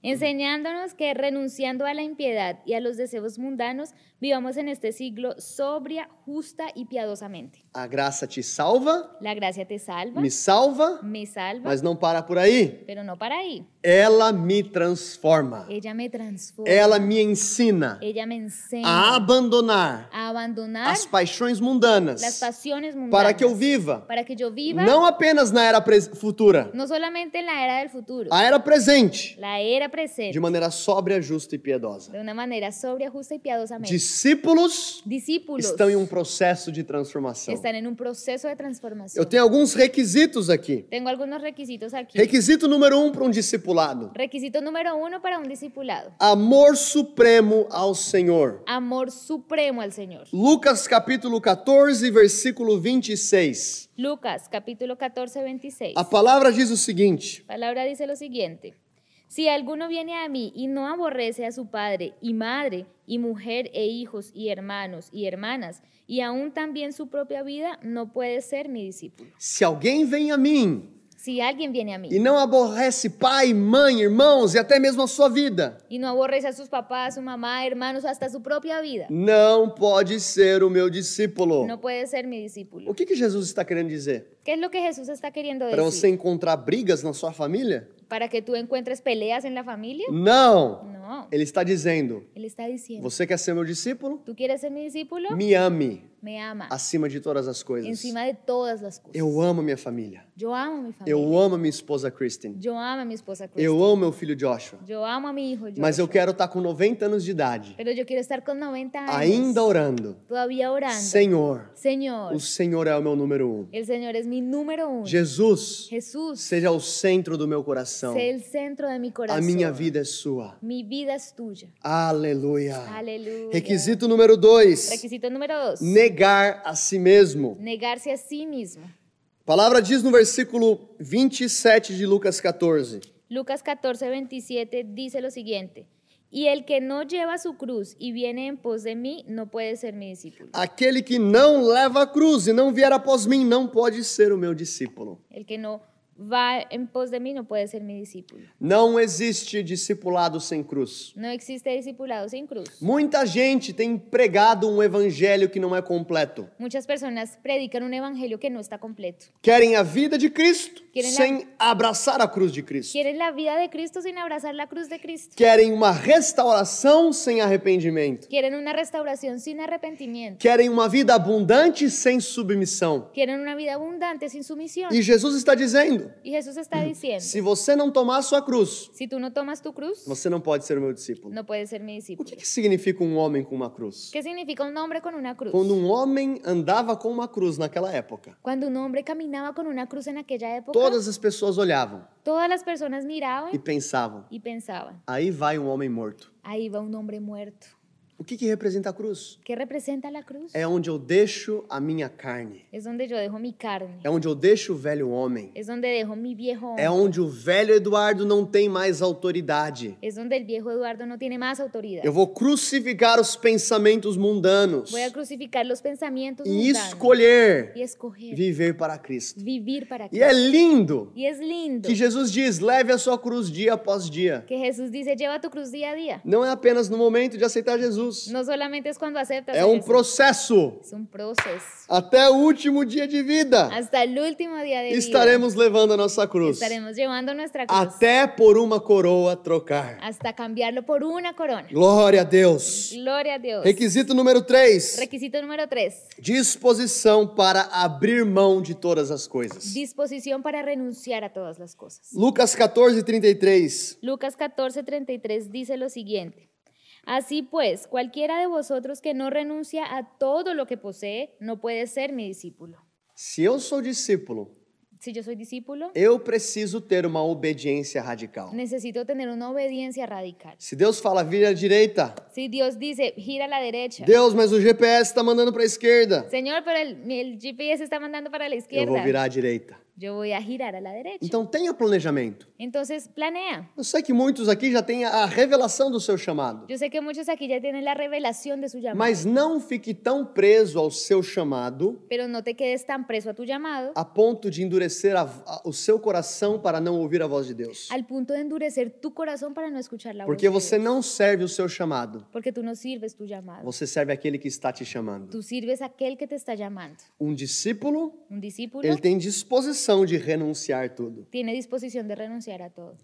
Speaker 3: enseñándonos que renunciando a la impiedad y a los deseos mundanos, vivamos en este siglo sobria, justa y piadosamente.
Speaker 2: A graça te salva,
Speaker 3: La gracia te salva,
Speaker 2: me salva,
Speaker 3: me salva,
Speaker 2: mas não para por aí.
Speaker 3: pero no para ahí.
Speaker 2: Ela me transforma.
Speaker 3: Ella me transforma,
Speaker 2: Ela me ensina
Speaker 3: ella me enseña
Speaker 2: a abandonar
Speaker 3: a abandonar
Speaker 2: Ah, as paixões
Speaker 3: las
Speaker 2: mundanas,
Speaker 3: pasiones mundanas
Speaker 2: para que eu viva
Speaker 3: para que yo viva
Speaker 2: Não apenas na era pres- futura,
Speaker 3: no solamente en la era del futuro,
Speaker 2: a era presente,
Speaker 3: la era
Speaker 2: de
Speaker 3: presente,
Speaker 2: maneira sóbria, justa e piedosa.
Speaker 3: de una manera sobria, justa y piadosamente.
Speaker 2: Discípulos
Speaker 3: Discípulos é
Speaker 2: estão em um processo de transformação.
Speaker 3: están en un proceso de
Speaker 2: Eu
Speaker 3: transformación.
Speaker 2: tenho alguns requisitos aqui.
Speaker 3: Tengo algunos requisitos aquí.
Speaker 2: Requisito número um para um discipulado.
Speaker 3: Requisito número uno para un discipulado.
Speaker 2: Amor supremo ao Senhor.
Speaker 3: Amor supremo al Señor.
Speaker 2: Lucas capítulo 14, versículo 26.
Speaker 3: Lucas capítulo 14, 26.
Speaker 2: A palavra diz o seguinte:
Speaker 3: La palabra dice lo siguiente. Si alguno viene a mí y no aborrece a su padre y madre y mujer e hijos y hermanos y hermanas y aún también su propia vida, no puede ser mi discípulo.
Speaker 2: Se alguém vem a mim
Speaker 3: Si alguien viene a mí
Speaker 2: e não aborrece pai, mãe, irmãos e até mesmo a sua vida,
Speaker 3: y no aborrece a sus papás, su mamá, hermanos, hasta su propia vida,
Speaker 2: não pode ser o meu discípulo.
Speaker 3: no puede ser mi discípulo.
Speaker 2: O que, que Jesus está querendo dizer?
Speaker 3: ¿Qué es lo que Jesús está queriendo
Speaker 2: Para você
Speaker 3: decir?
Speaker 2: encontrar brigas na sua família?
Speaker 3: ¿Para que tú encuentres peleas en la familia?
Speaker 2: Não.
Speaker 3: No.
Speaker 2: Ele está dizendo:
Speaker 3: Él está diciendo,
Speaker 2: Você quer ser meu discípulo?
Speaker 3: ¿tú quieres ser mi discípulo?
Speaker 2: Me ame
Speaker 3: Me ama
Speaker 2: acima de todas as coisas.
Speaker 3: encima de todas las cosas.
Speaker 2: Eu amo minha família.
Speaker 3: Yo amo a mi familia.
Speaker 2: Eu amo minha esposa Kristen.
Speaker 3: Yo amo a mi esposa Kristen.
Speaker 2: Eu amo meu filho Joshua.
Speaker 3: Yo amo a mi hijo. Joshua,
Speaker 2: Mas eu quero estar com 90 anos de idade,
Speaker 3: Pero yo quiero estar con 90 años.
Speaker 2: ainda orando.
Speaker 3: Todavía orando.
Speaker 2: Senhor,
Speaker 3: Señor,
Speaker 2: o Senhor é o meu número um.
Speaker 3: el Señor es mi número uno.
Speaker 2: Jesus,
Speaker 3: Jesús,
Speaker 2: seja o centro do meu coração.
Speaker 3: sé el centro de mi
Speaker 2: A
Speaker 3: corazón.
Speaker 2: minha vida é sua.
Speaker 3: Mi vida es tuya.
Speaker 2: Aleluia.
Speaker 3: Aleluya.
Speaker 2: Requisito número dois:
Speaker 3: Requisito número dos.
Speaker 2: negar a si mesmo.
Speaker 3: negarse a sí mismo.
Speaker 2: A palavra diz no versículo 27 de Lucas 14.
Speaker 3: Lucas 14, 27 dice lo siguiente. Y el que no lleva su cruz y viene en pos de mí, no puede ser mi discípulo.
Speaker 2: Aquele que não leva a cruz e não vier após mim não pode ser o meu discípulo.
Speaker 3: El que no va en pos de mí, no puede ser mi discípulo.
Speaker 2: Não existe discipulado sem cruz.
Speaker 3: No existe discipulado sin cruz.
Speaker 2: Muita gente tem pregado um evangelho que não é completo.
Speaker 3: Muchas personas predican un evangelio que no está completo.
Speaker 2: Querem a vida de Cristo
Speaker 3: Querem a-
Speaker 2: sem abraçar a cruz de Cristo.
Speaker 3: Quieren la vida de Cristo sin abrazar la cruz de Cristo.
Speaker 2: Querem uma restauração sem arrependimento.
Speaker 3: Quieren una restauración sin arrepentimiento.
Speaker 2: Querem uma vida abundante sem submissão.
Speaker 3: Quieren una vida abundante sin sumisión.
Speaker 2: E Jesus está dizendo:
Speaker 3: Y Jesús está diciendo,
Speaker 2: se você não tomar a sua cruz,
Speaker 3: si tú no tomas tu cruz,
Speaker 2: você não pode ser o meu discípulo.
Speaker 3: no puedes ser
Speaker 2: O
Speaker 3: mi discípulo.
Speaker 2: que, que significa um homem com uma cruz?
Speaker 3: ¿Qué significa un hombre con una cruz?
Speaker 2: Quando um homem andava com uma cruz naquela época,
Speaker 3: Cuando un hombre caminaba con una cruz en aquella época,
Speaker 2: todas as pessoas olhavam
Speaker 3: todas las personas miraban
Speaker 2: e pensavam:
Speaker 3: y pensaban,
Speaker 2: aí vai um homem morto.
Speaker 3: ahí va un hombre muerto.
Speaker 2: O que, que representa a cruz?
Speaker 3: ¿Qué representa la cruz?
Speaker 2: É onde eu deixo a minha carne.
Speaker 3: Es donde yo dejo mi carne,
Speaker 2: É onde eu deixo o velho homem.
Speaker 3: es donde dejo mi viejo hombre,
Speaker 2: É onde o velho Eduardo não tem mais autoridade.
Speaker 3: es donde el viejo Eduardo no tiene más autoridad.
Speaker 2: Eu vou crucificar os pensamentos mundanos
Speaker 3: Voy a crucificar los pensamientos
Speaker 2: e
Speaker 3: mundanos
Speaker 2: escolher
Speaker 3: y escoger
Speaker 2: viver para Cristo.
Speaker 3: vivir para
Speaker 2: E é
Speaker 3: Cristo.
Speaker 2: lindo
Speaker 3: Y es lindo
Speaker 2: que Jesus diz: leve a sua cruz dia após dia.
Speaker 3: que Jesús dice, lleva tu cruz día a día.
Speaker 2: Não é apenas no momento de aceitar Jesus,
Speaker 3: No solamente es cuando aceptas,
Speaker 2: é
Speaker 3: a
Speaker 2: um
Speaker 3: Jesús,
Speaker 2: processo.
Speaker 3: es un proceso.
Speaker 2: Até o último dia de vida
Speaker 3: Hasta el último día de vida
Speaker 2: estaremos levando a nossa cruz.
Speaker 3: estaremos llevando nuestra cruz
Speaker 2: Até por uma coroa trocar.
Speaker 3: hasta cambiarlo por una corona.
Speaker 2: Glória a Deus.
Speaker 3: Gloria a Dios.
Speaker 2: Requisito número 3:
Speaker 3: Requisito número 3.
Speaker 2: disposição para abrir mão de todas as coisas.
Speaker 3: Disposición para renunciar a todas las cosas.
Speaker 2: Lucas 14, 33.
Speaker 3: Lucas 14:33 dice lo siguiente. Así pues, cualquiera de vosotros que no renuncia a todo lo que posee, no puede ser mi discípulo.
Speaker 2: Se eu sou discípulo,
Speaker 3: Si yo soy discípulo,
Speaker 2: eu preciso ter uma obediência radical.
Speaker 3: necesito tener una obediencia radical.
Speaker 2: Se Deus fala, vira à direita.
Speaker 3: Si Dios dice, gira a la derecha.
Speaker 2: Deus, mas o GPS está tá mandando para a esquerda.
Speaker 3: Señor, pero el, el GPS está mandando para la
Speaker 2: Eu vou
Speaker 3: izquierda.
Speaker 2: virar à direita.
Speaker 3: Yo voy a girar a la derecha.
Speaker 2: Então tenha planejamento.
Speaker 3: Entonces, planea.
Speaker 2: Eu sei que muitos aqui já têm a revelação do seu chamado,
Speaker 3: Yo sé que muchos aquí ya tienen la revelación de su llamado.
Speaker 2: mas não fique tão preso ao seu chamado
Speaker 3: Pero no te quedes tan preso a tu llamado
Speaker 2: a ponto de endurecer a- a- o seu coração para não ouvir a voz de Deus.
Speaker 3: al punto de endurecer tu corazón para no escuchar la voz.
Speaker 2: Porque
Speaker 3: de
Speaker 2: você
Speaker 3: Dios.
Speaker 2: não serve o seu chamado,
Speaker 3: Porque tú no sirves tu llamado.
Speaker 2: você serve aquele que está te chamando.
Speaker 3: Tú sirves a aquel que te está llamando.
Speaker 2: Um discípulo,
Speaker 3: Un discípulo
Speaker 2: ele tem disposição de renunciar tudo.
Speaker 3: tiene disposición de renunciar a todo.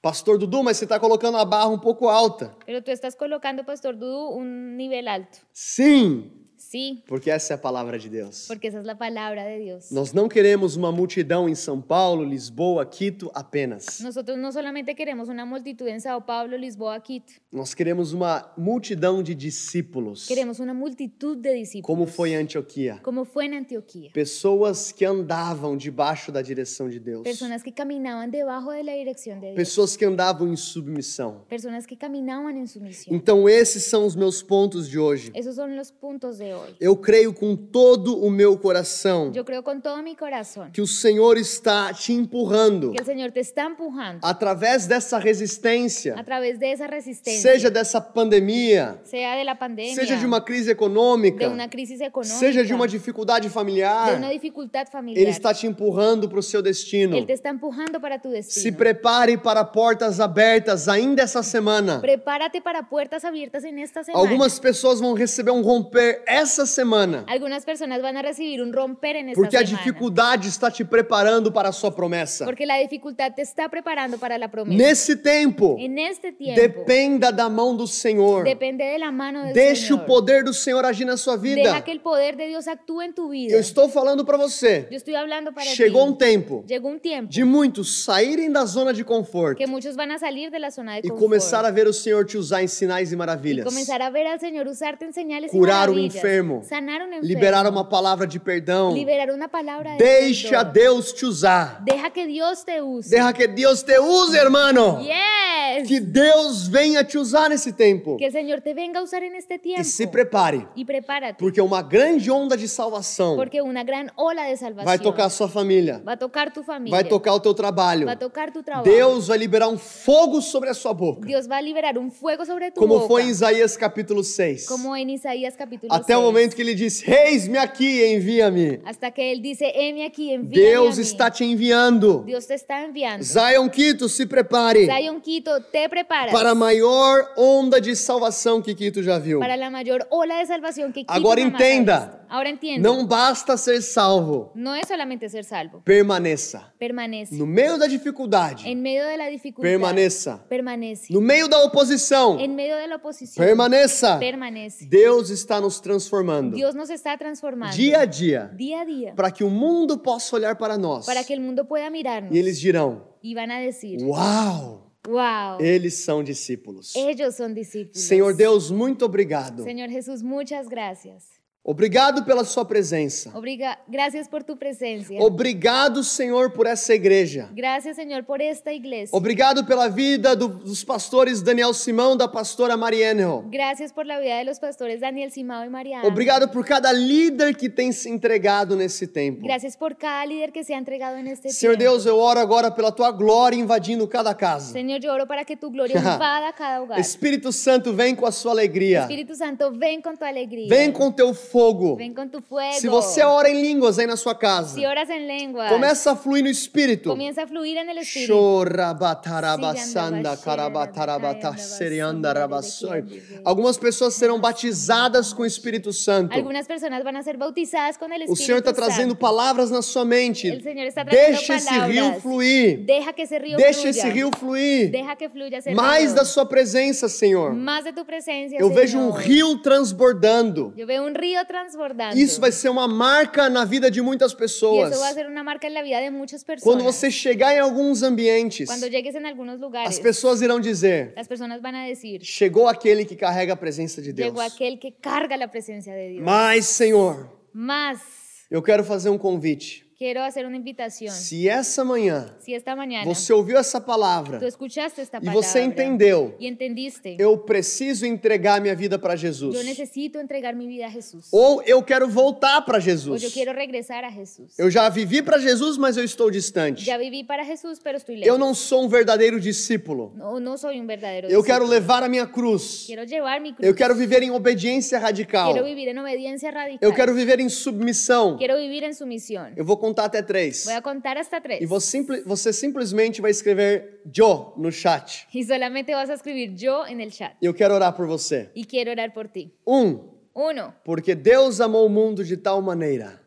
Speaker 2: Pastor Dudu, mas você está colocando a barra um pouco alta.
Speaker 3: Pero tú estás colocando, Pastor Dudu, un nivel alto.
Speaker 2: Sim,
Speaker 3: Sí,
Speaker 2: porque essa é a palavra de Deus.
Speaker 3: porque esa es la palabra de Dios.
Speaker 2: Nós não queremos uma multidão em São Paulo, Lisboa, Quito apenas.
Speaker 3: Nosotros no solamente queremos una multitud en Sao Paulo, Lisboa, Quito,
Speaker 2: Nós queremos uma multidão de discípulos,
Speaker 3: queremos una multitud de discípulos,
Speaker 2: como foi em Antioquia.
Speaker 3: como fue en Antioquía.
Speaker 2: Pessoas que andavam debaixo da direção de Deus.
Speaker 3: Personas que caminaban debajo de la dirección de Dios.
Speaker 2: Pessoas que andavam em submissão.
Speaker 3: Personas que caminaban en su misión.
Speaker 2: Então, esses são os meus pontos de hoje.
Speaker 3: Esos son los puntos de hoy.
Speaker 2: Eu creio com todo o meu coração
Speaker 3: Yo creo con todo mi corazón
Speaker 2: que o Senhor está te empurrando
Speaker 3: que el Señor te está empujando
Speaker 2: através dessa
Speaker 3: a
Speaker 2: resistência,
Speaker 3: través de esa resistencia,
Speaker 2: seja dessa pandemia,
Speaker 3: sea de la pandemia,
Speaker 2: seja de uma crise econômica,
Speaker 3: de una crisis económica,
Speaker 2: seja de uma dificuldade
Speaker 3: de una
Speaker 2: familiar,
Speaker 3: dificultad familiar.
Speaker 2: Ele está te empurrando para o seu destino.
Speaker 3: Él te está empujando para tu
Speaker 2: Se
Speaker 3: destino.
Speaker 2: prepare para portas abertas ainda essa semana.
Speaker 3: Prepárate para puertas abiertas en esta semana.
Speaker 2: Algumas pessoas vão receber um romper essa semana,
Speaker 3: Algunas personas van a recibir un romper en esta
Speaker 2: porque a
Speaker 3: semana.
Speaker 2: dificuldade está te preparando para a sua promessa.
Speaker 3: Porque é la dificultad te está preparando para la promesa.
Speaker 2: Nesse tempo,
Speaker 3: en este tiempo
Speaker 2: dependa da mão do Senhor.
Speaker 3: depende de la mano del
Speaker 2: Deixe
Speaker 3: Señor.
Speaker 2: o poder do Senhor agir na sua vida.
Speaker 3: Deja que el poder de Dios actúe en tu vida.
Speaker 2: Eu estou falando para você.
Speaker 3: Yo estoy hablando para um
Speaker 2: Chegou
Speaker 3: ti.
Speaker 2: um tempo
Speaker 3: Llegó un tiempo
Speaker 2: de muitos saírem da zona de conforto
Speaker 3: que muchos van a salir de la zona de
Speaker 2: e
Speaker 3: confort
Speaker 2: começar a ver o Senhor te usar em sinais e
Speaker 3: y
Speaker 2: maravilhas.
Speaker 3: comenzar a ver al Señor usarte en señales
Speaker 2: Curar
Speaker 3: y
Speaker 2: um
Speaker 3: maravillas,
Speaker 2: enfermo.
Speaker 3: sanar un enfermo,
Speaker 2: Liberar uma palavra de perdão.
Speaker 3: liberar una palabra de
Speaker 2: Deixe a
Speaker 3: perdón.
Speaker 2: Deus te usar.
Speaker 3: Deja que Dios te use.
Speaker 2: Deja que Deus te use, hermano.
Speaker 3: Yes.
Speaker 2: Que Deus venha te usar nesse tempo.
Speaker 3: Que el Señor te venga a usar en este tiempo.
Speaker 2: E se prepare,
Speaker 3: Y prepárate,
Speaker 2: porque uma grande onda de salvação
Speaker 3: porque é una gran ola de salvación
Speaker 2: vai tocar a sua família,
Speaker 3: va a tocar tu familia,
Speaker 2: vai tocar o teu trabalho.
Speaker 3: va a tocar tu trabajo.
Speaker 2: Deus vai liberar um fogo sobre a sua boca,
Speaker 3: Dios va a liberar un fuego sobre tu
Speaker 2: como
Speaker 3: boca,
Speaker 2: foi em Isaías capítulo 6.
Speaker 3: é como é en Isaías capítulo
Speaker 2: Até o
Speaker 3: 6.
Speaker 2: momento que ele diz: Reis-me aqui, envia-me.
Speaker 3: Hasta que Él dice, heme aquí, envíame
Speaker 2: Deus
Speaker 3: a mí".
Speaker 2: está te enviando.
Speaker 3: Dios te está enviando.
Speaker 2: Zion Quito, se prepare
Speaker 3: Zion Quito, te preparas
Speaker 2: para a maior onda de salvação que Quito já viu.
Speaker 3: para la mayor ola de salvación que Quito
Speaker 2: Agora
Speaker 3: jamás
Speaker 2: entenda.
Speaker 3: ha visto. Ahora entienda.
Speaker 2: Não basta ser salvo,
Speaker 3: No es solamente ser salvo.
Speaker 2: permaneça.
Speaker 3: Permanece.
Speaker 2: No meio da dificuldade,
Speaker 3: En medio de la dificultad.
Speaker 2: permaneça.
Speaker 3: Permanece.
Speaker 2: No meio da oposição,
Speaker 3: En medio de la oposición.
Speaker 2: permaneça.
Speaker 3: Permanece.
Speaker 2: Deus está nos transformando
Speaker 3: Dios nos está transformando.
Speaker 2: dia a dia,
Speaker 3: Día a día.
Speaker 2: para que o mundo possa olhar para nós.
Speaker 3: Para que el mundo pueda mirarnos.
Speaker 2: E eles dirão:
Speaker 3: Y van a decir,
Speaker 2: Uau!
Speaker 3: wow,
Speaker 2: Eles são discípulos.
Speaker 3: ellos son discípulos.
Speaker 2: Senhor Deus, muito obrigado.
Speaker 3: Señor Jesús, muchas gracias.
Speaker 2: Obrigado pela sua presença.
Speaker 3: Obriga- gracias por tu presencia.
Speaker 2: Obrigado, Senhor, por essa igreja.
Speaker 3: Gracias, Señor, por esta iglesia.
Speaker 2: Obrigado pela vida do- dos pastores Daniel Simão, da pastora Marianne.
Speaker 3: Gracias por la vida de los pastores Daniel Simao y Mariana.
Speaker 2: Obrigado por cada líder que tem se entregado nesse tempo.
Speaker 3: Gracias por cada líder que se ha entregado en este
Speaker 2: Senhor
Speaker 3: tiempo.
Speaker 2: Deus, eu oro agora pela tua glória invadindo cada casa.
Speaker 3: Señor, yo oro para que tu gloria invada cada hogar.
Speaker 2: Espírito Santo, vem com a sua alegria.
Speaker 3: Espíritu Santo, ven con tu alegría.
Speaker 2: Vem com teu fogo.
Speaker 3: Ven con tu fuego.
Speaker 2: Se você ora em línguas aí na sua casa,
Speaker 3: Si oras en lengua,
Speaker 2: começa a fluir no espírito.
Speaker 3: comienza a fluir en el Espíritu.
Speaker 2: Chorabatarabasanda, carabatarabata, seriandarabassoi. Algumas pessoas serão batizadas com o Espírito Santo.
Speaker 3: Algunas personas van a ser bautizadas con el
Speaker 2: O
Speaker 3: Espíritu
Speaker 2: Senhor está
Speaker 3: Santo.
Speaker 2: trazendo palavras na sua mente.
Speaker 3: El Señor está trayendo
Speaker 2: Deixa esse rio
Speaker 3: palavras.
Speaker 2: fluir.
Speaker 3: Deja que ese río
Speaker 2: Deixa
Speaker 3: fluya.
Speaker 2: esse rio fluir.
Speaker 3: Deja que fluya ese
Speaker 2: Mais
Speaker 3: río.
Speaker 2: da sua presença, Senhor.
Speaker 3: Más de tu presencia,
Speaker 2: Eu vejo um
Speaker 3: Señor.
Speaker 2: rio transbordando.
Speaker 3: Yo veo un río transbordando.
Speaker 2: Isso vai ser uma marca na vida de muitas
Speaker 3: Y
Speaker 2: pessoas.
Speaker 3: eso va a ser una marca en la vida de muchas personas.
Speaker 2: Quando você chegar em alguns ambientes,
Speaker 3: Cuando llegues en algunos
Speaker 2: as
Speaker 3: lugares,
Speaker 2: pessoas irão dizer:
Speaker 3: las personas van a decir,
Speaker 2: Chegou aquele que carrega a presença de Deus.
Speaker 3: llegó aquel que carga la presencia de Dios.
Speaker 2: Mas, Senhor,
Speaker 3: Más,
Speaker 2: eu quero fazer um convite.
Speaker 3: quiero hacer una invitación.
Speaker 2: Se essa manhã
Speaker 3: Si esta mañana
Speaker 2: você ouviu essa
Speaker 3: tú
Speaker 2: palavra
Speaker 3: escuchaste esta
Speaker 2: e
Speaker 3: palabra
Speaker 2: você entendeu,
Speaker 3: y entendiste,
Speaker 2: eu preciso entregar minha vida para
Speaker 3: yo
Speaker 2: Jesus.
Speaker 3: necesito entregar mi vida a Jesús.
Speaker 2: Ou eu quero voltar para
Speaker 3: O
Speaker 2: Jesus.
Speaker 3: yo quiero regresar a Jesús.
Speaker 2: Eu já vivi para Jesus, mas eu estou distante.
Speaker 3: Ya viví para Jesús, pero estoy
Speaker 2: Eu
Speaker 3: lejos.
Speaker 2: não sou um verdadeiro discípulo.
Speaker 3: No, no soy un verdadero
Speaker 2: Eu quero
Speaker 3: discípulo.
Speaker 2: levar a minha cruz.
Speaker 3: Quiero llevar mi cruz.
Speaker 2: Eu quero viver em obediência radical.
Speaker 3: Quiero vivir en obediencia radical.
Speaker 2: Eu quero viver em submissão.
Speaker 3: Quiero vivir en sumisión.
Speaker 2: Eu vou contar até três.
Speaker 3: Voy a contar hasta tres.
Speaker 2: E você, simpli- você simplesmente vai escrever Joe no chat.
Speaker 3: Y solamente vas a escribir yo en el chat.
Speaker 2: E eu quero orar por você.
Speaker 3: Y quiero orar por ti.
Speaker 2: Um,
Speaker 3: Uno,
Speaker 2: porque Deus amou o mundo de tal maneira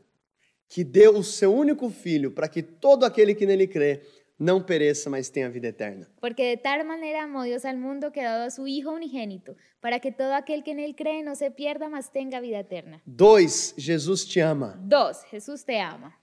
Speaker 2: que deu o seu único filho para que todo aquele que nele crê não pereça, mas tenha vida eterna.
Speaker 3: Porque de tal manera amó Dios al mundo que ha dado a su Hijo unigénito, para que todo aquel que en él cree no se pierda, mas tenga vida eterna.
Speaker 2: Dois, Jesus te ama.
Speaker 3: Dos, Jesús te ama.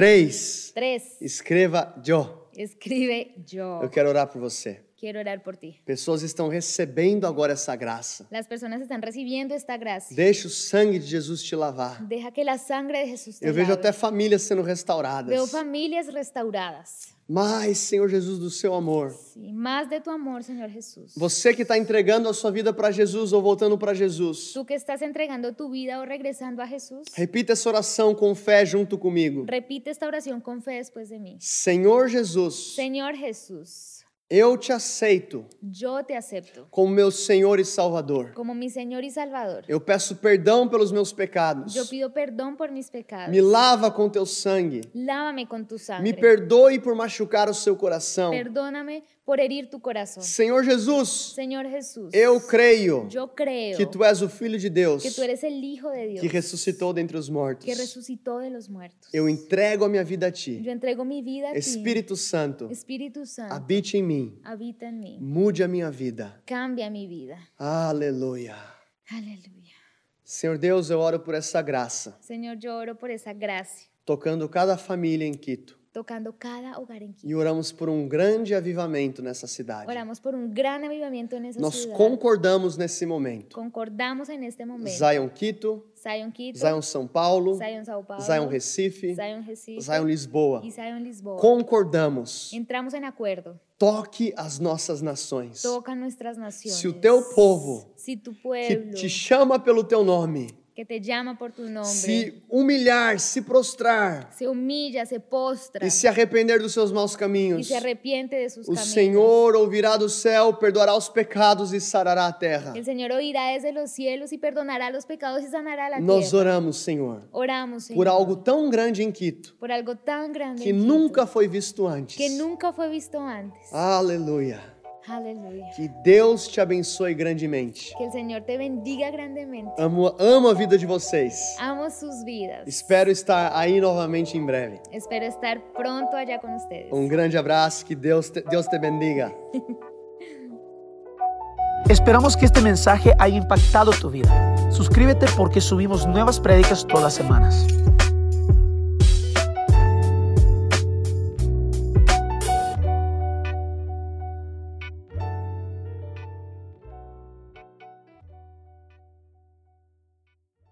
Speaker 2: Três,
Speaker 3: Tres,
Speaker 2: escreva yo.
Speaker 3: escribe yo.
Speaker 2: Eu quero orar por você.
Speaker 3: Quiero orar por ti.
Speaker 2: Pessoas estão recebendo agora essa graça.
Speaker 3: Las personas están recibiendo esta gracia.
Speaker 2: Deixa o sangue de Jesus te lavar.
Speaker 3: Deja que la sangre de Jesús te
Speaker 2: Eu vejo
Speaker 3: lave.
Speaker 2: até famílias sendo
Speaker 3: Veo
Speaker 2: restauradas.
Speaker 3: familias restauradas.
Speaker 2: Mas, Senhor Jesus, do seu amor.
Speaker 3: Sí, más de tu amor, Señor Jesús.
Speaker 2: Você que está entregando a sua vida para Jesus ou voltando para Jesus.
Speaker 3: Tú que estás entregando tu vida o regresando a Jesús,
Speaker 2: Repita essa oração com fé junto comigo.
Speaker 3: repite esta oración con fe después de mí.
Speaker 2: Senhor Jesus,
Speaker 3: Señor Jesús,
Speaker 2: eu te aceito
Speaker 3: yo te acepto
Speaker 2: como meu Senhor e Salvador.
Speaker 3: como mi Señor y Salvador.
Speaker 2: Eu peço perdão pelos meus pecados.
Speaker 3: Yo pido perdón por mis pecados.
Speaker 2: Me lava com teu sangue.
Speaker 3: Lávame con tu
Speaker 2: Me
Speaker 3: sangre.
Speaker 2: perdoe por machucar o seu coração.
Speaker 3: Perdóname por herir tu corazón.
Speaker 2: Senhor Jesus,
Speaker 3: Señor Jesús,
Speaker 2: eu creio
Speaker 3: yo creo
Speaker 2: que tu és o Filho de Deus
Speaker 3: que tú eres el Hijo de
Speaker 2: que
Speaker 3: Dios
Speaker 2: ressuscitou dentre os
Speaker 3: que
Speaker 2: mortos.
Speaker 3: resucitó de los muertos.
Speaker 2: Eu entrego a minha vida a ti.
Speaker 3: Yo entrego mi vida a ti.
Speaker 2: Espírito Santo,
Speaker 3: Espíritu Santo,
Speaker 2: habite em mim.
Speaker 3: habita en mí.
Speaker 2: Mude a minha vida.
Speaker 3: Cambia mi vida.
Speaker 2: Aleluia.
Speaker 3: Aleluya.
Speaker 2: Senhor Deus, eu oro por essa graça,
Speaker 3: Señor, yo oro por esa gracia,
Speaker 2: tocando cada família em Quito.
Speaker 3: tocando cada hogar en Quito.
Speaker 2: E oramos por um grande avivamento nessa cidade.
Speaker 3: Oramos por un gran avivamiento en esa
Speaker 2: Nós
Speaker 3: ciudad.
Speaker 2: concordamos nesse momento.
Speaker 3: Concordamos en este momento.
Speaker 2: Zion Quito,
Speaker 3: Zion Quito,
Speaker 2: Zion São Paulo,
Speaker 3: Zion Sao Paulo,
Speaker 2: Zion Recife,
Speaker 3: Zion Recife
Speaker 2: Zion Lisboa.
Speaker 3: y Zion Lisboa.
Speaker 2: Concordamos.
Speaker 3: Entramos en acuerdo.
Speaker 2: Toque as nossas nações.
Speaker 3: Toca nuestras naciones.
Speaker 2: Se o teu oh, povo
Speaker 3: si tu
Speaker 2: Que
Speaker 3: pueblo
Speaker 2: te chama pelo teu nome.
Speaker 3: que te llama por tu nombre
Speaker 2: Se humilhar, se prostrar
Speaker 3: se humilla, se postra
Speaker 2: e se arrepender dos seus maus
Speaker 3: y
Speaker 2: caminhos.
Speaker 3: se arrepiente de sus
Speaker 2: O
Speaker 3: caminos,
Speaker 2: Senhor ouvirá do céu, perdoará os pecados e sarará a terra.
Speaker 3: el Señor oirá desde los cielos y perdonará los pecados y sanará la
Speaker 2: Nós
Speaker 3: tierra.
Speaker 2: oramos, Senhor,
Speaker 3: Oramos, Señor,
Speaker 2: por algo tão grande em Quito
Speaker 3: por algo tan grande
Speaker 2: que
Speaker 3: en Quito,
Speaker 2: nunca foi visto Ah. antes.
Speaker 3: que nunca fue visto antes.
Speaker 2: Aleluia.
Speaker 3: Aleluya.
Speaker 2: Que Deus te abençoe grandemente.
Speaker 3: Que el Señor te bendiga grandemente.
Speaker 2: Amo, amo a vida de vocês.
Speaker 3: Amo sus vidas.
Speaker 2: Ah. Espero estar aí novamente em breve.
Speaker 3: Espero estar pronto allá con ustedes.
Speaker 2: Um grande abraço, que Deus te- Deus te bendiga.
Speaker 1: Esperamos que este mensaje haya impactado tu vida. Suscríbete porque subimos nuevas prédicas todas las semanas.